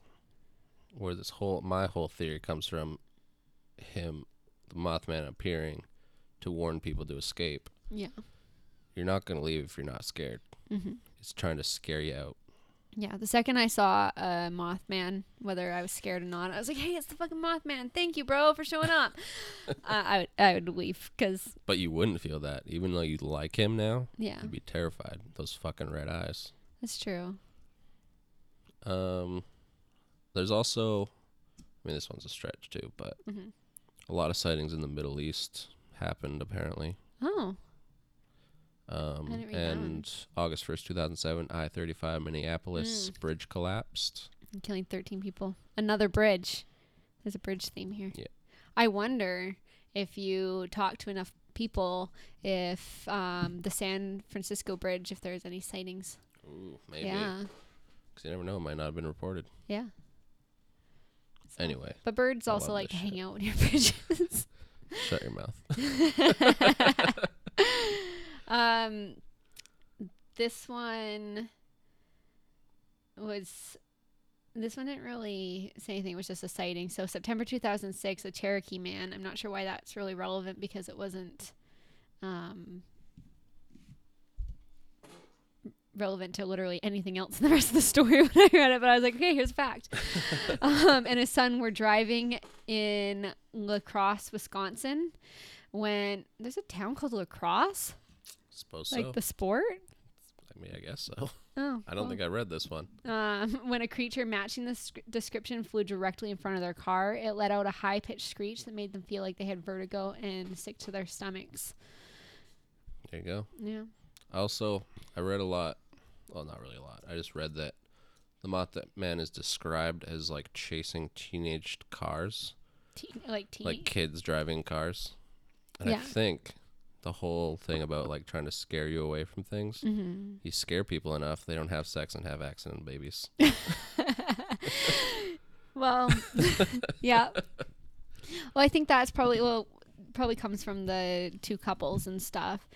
Speaker 1: where this whole my whole theory comes from him the mothman appearing to warn people to escape
Speaker 2: Yeah.
Speaker 1: you're not going to leave if you're not scared it's trying to scare you out
Speaker 2: Mm-hmm. Yeah, the second I saw a Mothman, whether I was scared or not, I was like, "Hey, it's the fucking Mothman! Thank you, bro, for showing up." uh, I would, I would leave because
Speaker 1: but you wouldn't feel that even though you like him now
Speaker 2: yeah,
Speaker 1: you'd be terrified those fucking red eyes
Speaker 2: that's true.
Speaker 1: um there's also i mean this one's a stretch too but
Speaker 2: Mhm.
Speaker 1: a lot of sightings in the middle east happened apparently
Speaker 2: Oh,
Speaker 1: Um,
Speaker 2: didn't read that one.
Speaker 1: and August 1st, 2007, I 35
Speaker 2: Hmm.
Speaker 1: Minneapolis bridge collapsed.
Speaker 2: I'm killing thirteen people. Another bridge. There's a bridge theme here.
Speaker 1: Yeah.
Speaker 2: I wonder if you talk to enough people, if um, the San Francisco Bridge, if there's any sightings.
Speaker 1: Ooh, maybe.
Speaker 2: Yeah.
Speaker 1: Because you never know, it might not have been reported.
Speaker 2: Yeah. So-
Speaker 1: Anyway,
Speaker 2: But birds
Speaker 1: I
Speaker 2: also
Speaker 1: love
Speaker 2: like to
Speaker 1: this
Speaker 2: hang out near bridges.
Speaker 1: shut your mouth.
Speaker 2: um, this one was. This one didn't really say anything. It was just a sighting. So September 2006, a Cherokee man. I'm not sure why that's really relevant because it wasn't um, relevant to literally anything else in the rest of the story when I read it. But I was like, okay, here's a fact. um, and his son were driving in La Crosse, Wisconsin, when there's a town called La Crosse,
Speaker 1: Suppose
Speaker 2: like
Speaker 1: so.
Speaker 2: the sport.
Speaker 1: I mean, I guess so.
Speaker 2: Oh,
Speaker 1: I don't
Speaker 2: well.
Speaker 1: think I read this one.
Speaker 2: Um, when a creature matching this sc- description flew directly in front of their car, it let out a high pitched screech that made them feel like they had vertigo and sick to their stomachs.
Speaker 1: There you go.
Speaker 2: Yeah.
Speaker 1: Also, I read a lot. Well, not really a lot. I just read that the Mothman is described as like chasing teenaged cars,
Speaker 2: Teen, like teen.
Speaker 1: like kids driving cars. And I
Speaker 2: Yeah.
Speaker 1: think the whole thing about like trying to scare you away from things
Speaker 2: Mhm.
Speaker 1: you scare people enough, they don't have sex and have accident babies.
Speaker 2: Well, yeah. Well, I think that's probably well probably comes from the two couples and stuff.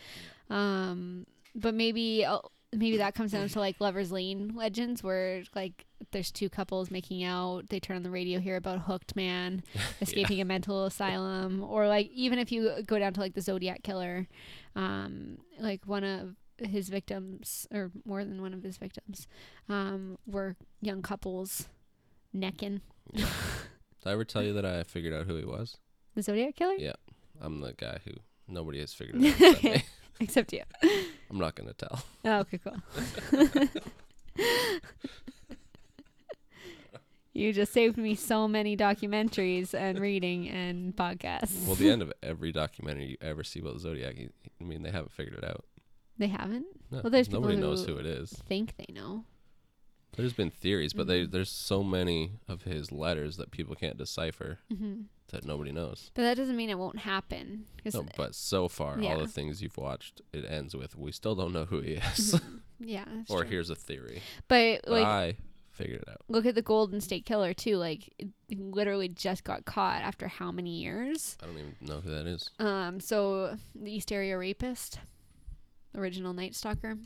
Speaker 2: Um, but maybe uh, maybe that comes down to like lovers lane legends where like there's two couples making out. They turn on the radio, hear about a hooked man escaping a mental asylum, or like even if you go down to like the Zodiac killer, um, like one of his victims or more than one of his victims um, were young couples necking
Speaker 1: Did I ever tell you that I figured out who he was?
Speaker 2: the Zodiac killer.
Speaker 1: Yeah. I'm the guy who nobody has figured it out. except me.
Speaker 2: Except you.
Speaker 1: I'm not going to tell.
Speaker 2: Oh, okay, cool. you just saved me so many documentaries and reading and podcasts.
Speaker 1: Well, the end of every documentary you ever see about the Zodiac, you- I mean, they haven't figured it out.
Speaker 2: they haven't?
Speaker 1: No,
Speaker 2: Well, there's people
Speaker 1: nobody knows
Speaker 2: who-
Speaker 1: who it is.
Speaker 2: Think they know.
Speaker 1: There's been theories, but
Speaker 2: Mm-hmm.
Speaker 1: they, there's so many of his letters that people can't decipher
Speaker 2: hmm
Speaker 1: that nobody knows.
Speaker 2: But that doesn't mean it won't happen. 'cause-
Speaker 1: No, but so far, all
Speaker 2: Yeah.
Speaker 1: the things you've watched, it ends with we still don't know who he is,
Speaker 2: yeah. that's
Speaker 1: or
Speaker 2: true.
Speaker 1: here's a theory.
Speaker 2: But
Speaker 1: But
Speaker 2: like,
Speaker 1: I figured it out.
Speaker 2: look at the Golden State Killer too. Like, it literally just got caught after how many years?
Speaker 1: I don't even know who that is.
Speaker 2: Um. So the East Area Rapist, original Night Stalker.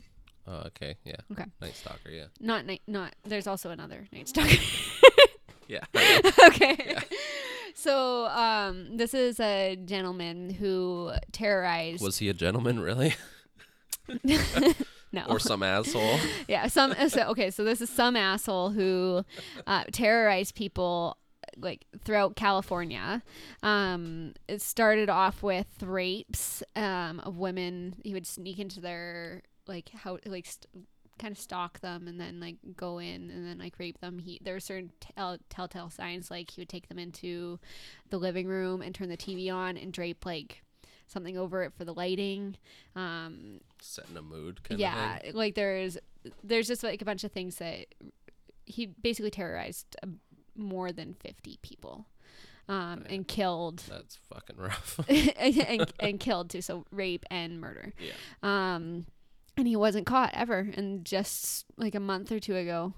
Speaker 1: Oh, okay, yeah.
Speaker 2: Okay.
Speaker 1: Night Stalker, yeah.
Speaker 2: Not night. Not there's also another Night Stalker.
Speaker 1: Yeah.
Speaker 2: okay. So um, this is a gentleman who terrorized.
Speaker 1: Was he a gentleman, really?
Speaker 2: no.
Speaker 1: Or some asshole?
Speaker 2: yeah. Some. So, okay. So this is some asshole who uh, terrorized people like throughout California. Um, it started off with rapes um, of women. He would sneak into their like how like st- kind of stalk them and then like go in and then like rape them. He there were certain tell- telltale signs like he would take them into the living room and turn the TV on and drape like something over it for the lighting. Um,
Speaker 1: Setting a mood kind of
Speaker 2: yeah
Speaker 1: thing.
Speaker 2: like there's there's just like a bunch of things that he basically terrorized uh, more than 50 people um, and killed
Speaker 1: That's fucking rough.
Speaker 2: and, and killed too so rape and murder
Speaker 1: yeah.
Speaker 2: um, and he wasn't caught ever and just like a month or two ago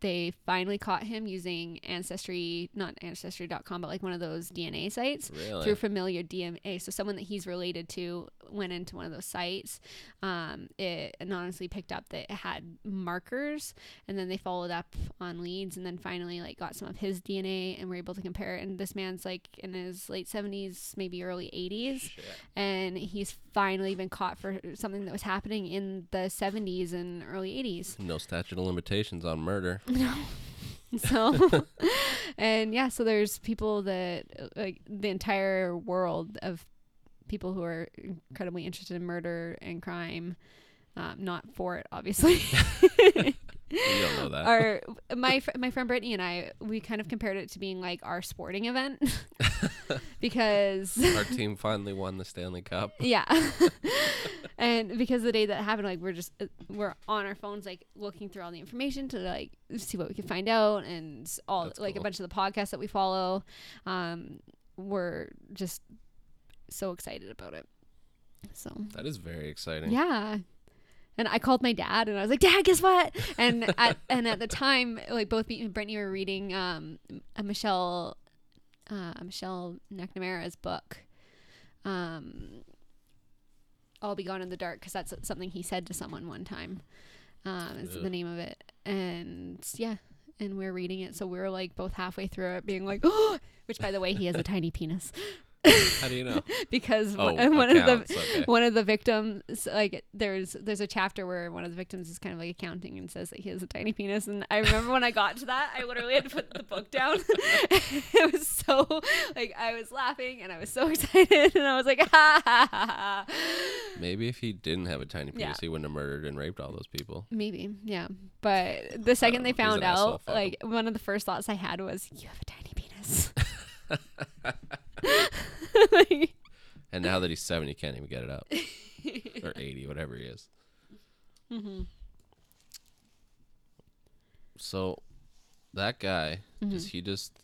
Speaker 2: they finally caught him using ancestry not ancestry.com but like one of those dna sites
Speaker 1: Really?
Speaker 2: through familiar DMA. So someone that he's related to went into one of those sites. Um, it anonymously picked up that it had markers, and then they followed up on leads, and then finally like got some of his DNA, and were able to compare. It. And this man's like in his late seventies, maybe early eighties,
Speaker 1: Shit.
Speaker 2: and he's finally been caught for something that was happening in the seventies and early eighties.
Speaker 1: No statute of limitations on murder.
Speaker 2: So, and yeah, so there's people that uh, like the entire world of people who are incredibly interested in murder and crime, um, not for it, obviously.
Speaker 1: You don't know that.
Speaker 2: Our my fr- my friend Brittany and I we kind of compared it to being like our sporting event because
Speaker 1: Our team finally won the Stanley Cup.
Speaker 2: yeah and because the day that happened like we're just uh, we're on our phones like looking through all the information to like see what we can find out and all
Speaker 1: That's
Speaker 2: like
Speaker 1: cool.
Speaker 2: a bunch of the podcasts that we follow um we're just so excited about it so
Speaker 1: That is very exciting.
Speaker 2: yeah and I called my dad and I was like, Dad, guess what? And at, and at the time, like both me and Brittany were reading um, a Michelle uh, Michelle McNamara's book, um, "I'll Be Gone in the Dark," because that's something he said to someone one time. Um, is the
Speaker 1: Ugh.
Speaker 2: name of it, and yeah, and we are reading it, so we were like both halfway through it, being like, "Oh!" Which, by the way, he has a tiny penis
Speaker 1: How do you know?
Speaker 2: because
Speaker 1: Oh,
Speaker 2: one one of the
Speaker 1: accounts, okay.
Speaker 2: one of the victims like there's there's a chapter where one of the victims is kind of like accounting and says that he has a tiny penis and i remember when i got to that i literally had to put the book down it was so like i was laughing and i was so excited and i was like ha ha ha, ha.
Speaker 1: Maybe if he didn't have a tiny penis,
Speaker 2: Yeah.
Speaker 1: he wouldn't have murdered and raped all those people.
Speaker 2: maybe yeah but the second they
Speaker 1: know. He's an
Speaker 2: found
Speaker 1: asshole.
Speaker 2: out
Speaker 1: Fuck him.
Speaker 2: like one of the first thoughts i had was you have a tiny penis Like,
Speaker 1: And now that he's 70, he can't even get it out. or 80, whatever he is.
Speaker 2: mm-hmm.
Speaker 1: So that guy,
Speaker 2: Mm-hmm.
Speaker 1: does he just,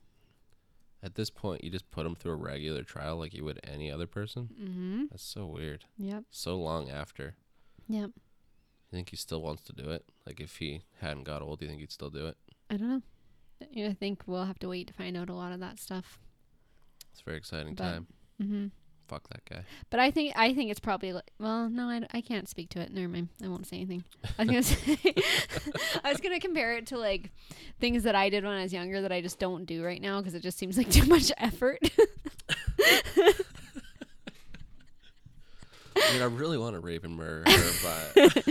Speaker 1: at this point, you just put him through a regular trial like you would any other person?
Speaker 2: mhm.
Speaker 1: That's so weird.
Speaker 2: yep
Speaker 1: So long after.
Speaker 2: yep
Speaker 1: You think he still wants to do it? Like if he hadn't got old, do you think he'd still do it?
Speaker 2: I don't know. You know, I think we'll have to wait to find out a lot of that stuff.
Speaker 1: It's a very exciting
Speaker 2: But-
Speaker 1: time.
Speaker 2: hmm
Speaker 1: Fuck that guy.
Speaker 2: But I think I think it's probably like, well, no, I, I can't speak to it. Never mind. I won't say anything. I was gonna say, I was gonna compare it to like things that I did when I was younger that I just don't do right now because it just seems like too much effort.
Speaker 1: I mean, I really want to rape and murder her, but I'm just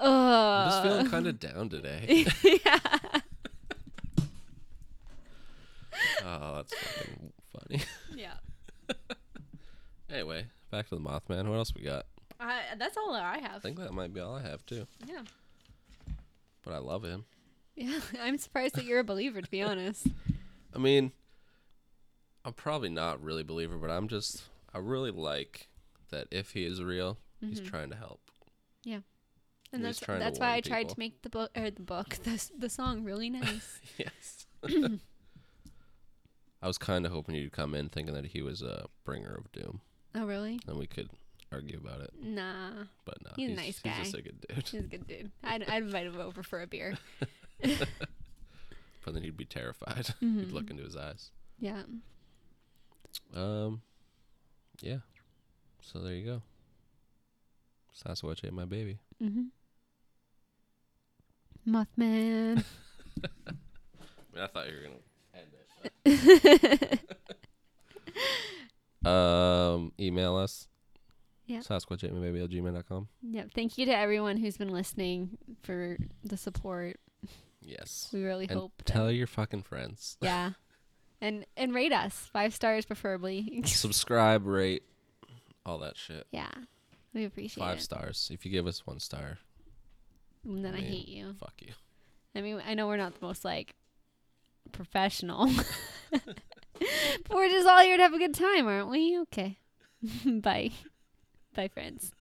Speaker 2: Ugh.
Speaker 1: feeling kind of down today.
Speaker 2: yeah.
Speaker 1: oh, that's fucking funny.
Speaker 2: Yeah.
Speaker 1: Anyway, back to the Mothman. What else we got?
Speaker 2: I, that's all I have.
Speaker 1: I think that might be all I have too.
Speaker 2: yeah.
Speaker 1: But I love him.
Speaker 2: Yeah. I'm surprised that you're a believer, to be honest.
Speaker 1: I mean, I'm probably not really a believer, but I'm just I really like that if he is real, he's
Speaker 2: Mm-hmm.
Speaker 1: trying to help. He's
Speaker 2: And that's
Speaker 1: trying to
Speaker 2: that's why
Speaker 1: warn
Speaker 2: I tried
Speaker 1: people.
Speaker 2: to make the book or the book the s- the song really nice.
Speaker 1: yes.
Speaker 2: Mm-hmm.
Speaker 1: I was kind of hoping you'd come in thinking that he was a bringer of doom,
Speaker 2: oh really?
Speaker 1: and we could argue about it.
Speaker 2: Nah,
Speaker 1: But no,
Speaker 2: He's a nice guy.
Speaker 1: He's just a good dude.
Speaker 2: he's a good dude. I'd, I'd invite him over for a beer.
Speaker 1: But then he'd be terrified. You'd look into his eyes.
Speaker 2: Mm-hmm. Yeah.
Speaker 1: Um, yeah. So there you go. Sasquatch ate my baby.
Speaker 2: Mm-hmm.
Speaker 1: I,
Speaker 2: Mothman.
Speaker 1: mean, I thought you were gonna end it. but- um, email us.
Speaker 2: Yeah.
Speaker 1: Sasquatch ate my baby at gmail.com.
Speaker 2: yep. Thank you to everyone who's been listening for the support.
Speaker 1: Yes.
Speaker 2: We really
Speaker 1: and
Speaker 2: hope. that-
Speaker 1: tell your fucking friends.
Speaker 2: yeah. and and rate us five stars preferably.
Speaker 1: Subscribe, rate, all that shit.
Speaker 2: yeah, we appreciate
Speaker 1: Five
Speaker 2: it.
Speaker 1: stars. If you give us one star,
Speaker 2: And then I
Speaker 1: Man.
Speaker 2: hate you.
Speaker 1: fuck you.
Speaker 2: I mean, I know we're not the most like professional, but we're just all here to have a good time, aren't we? Okay, bye, bye, friends.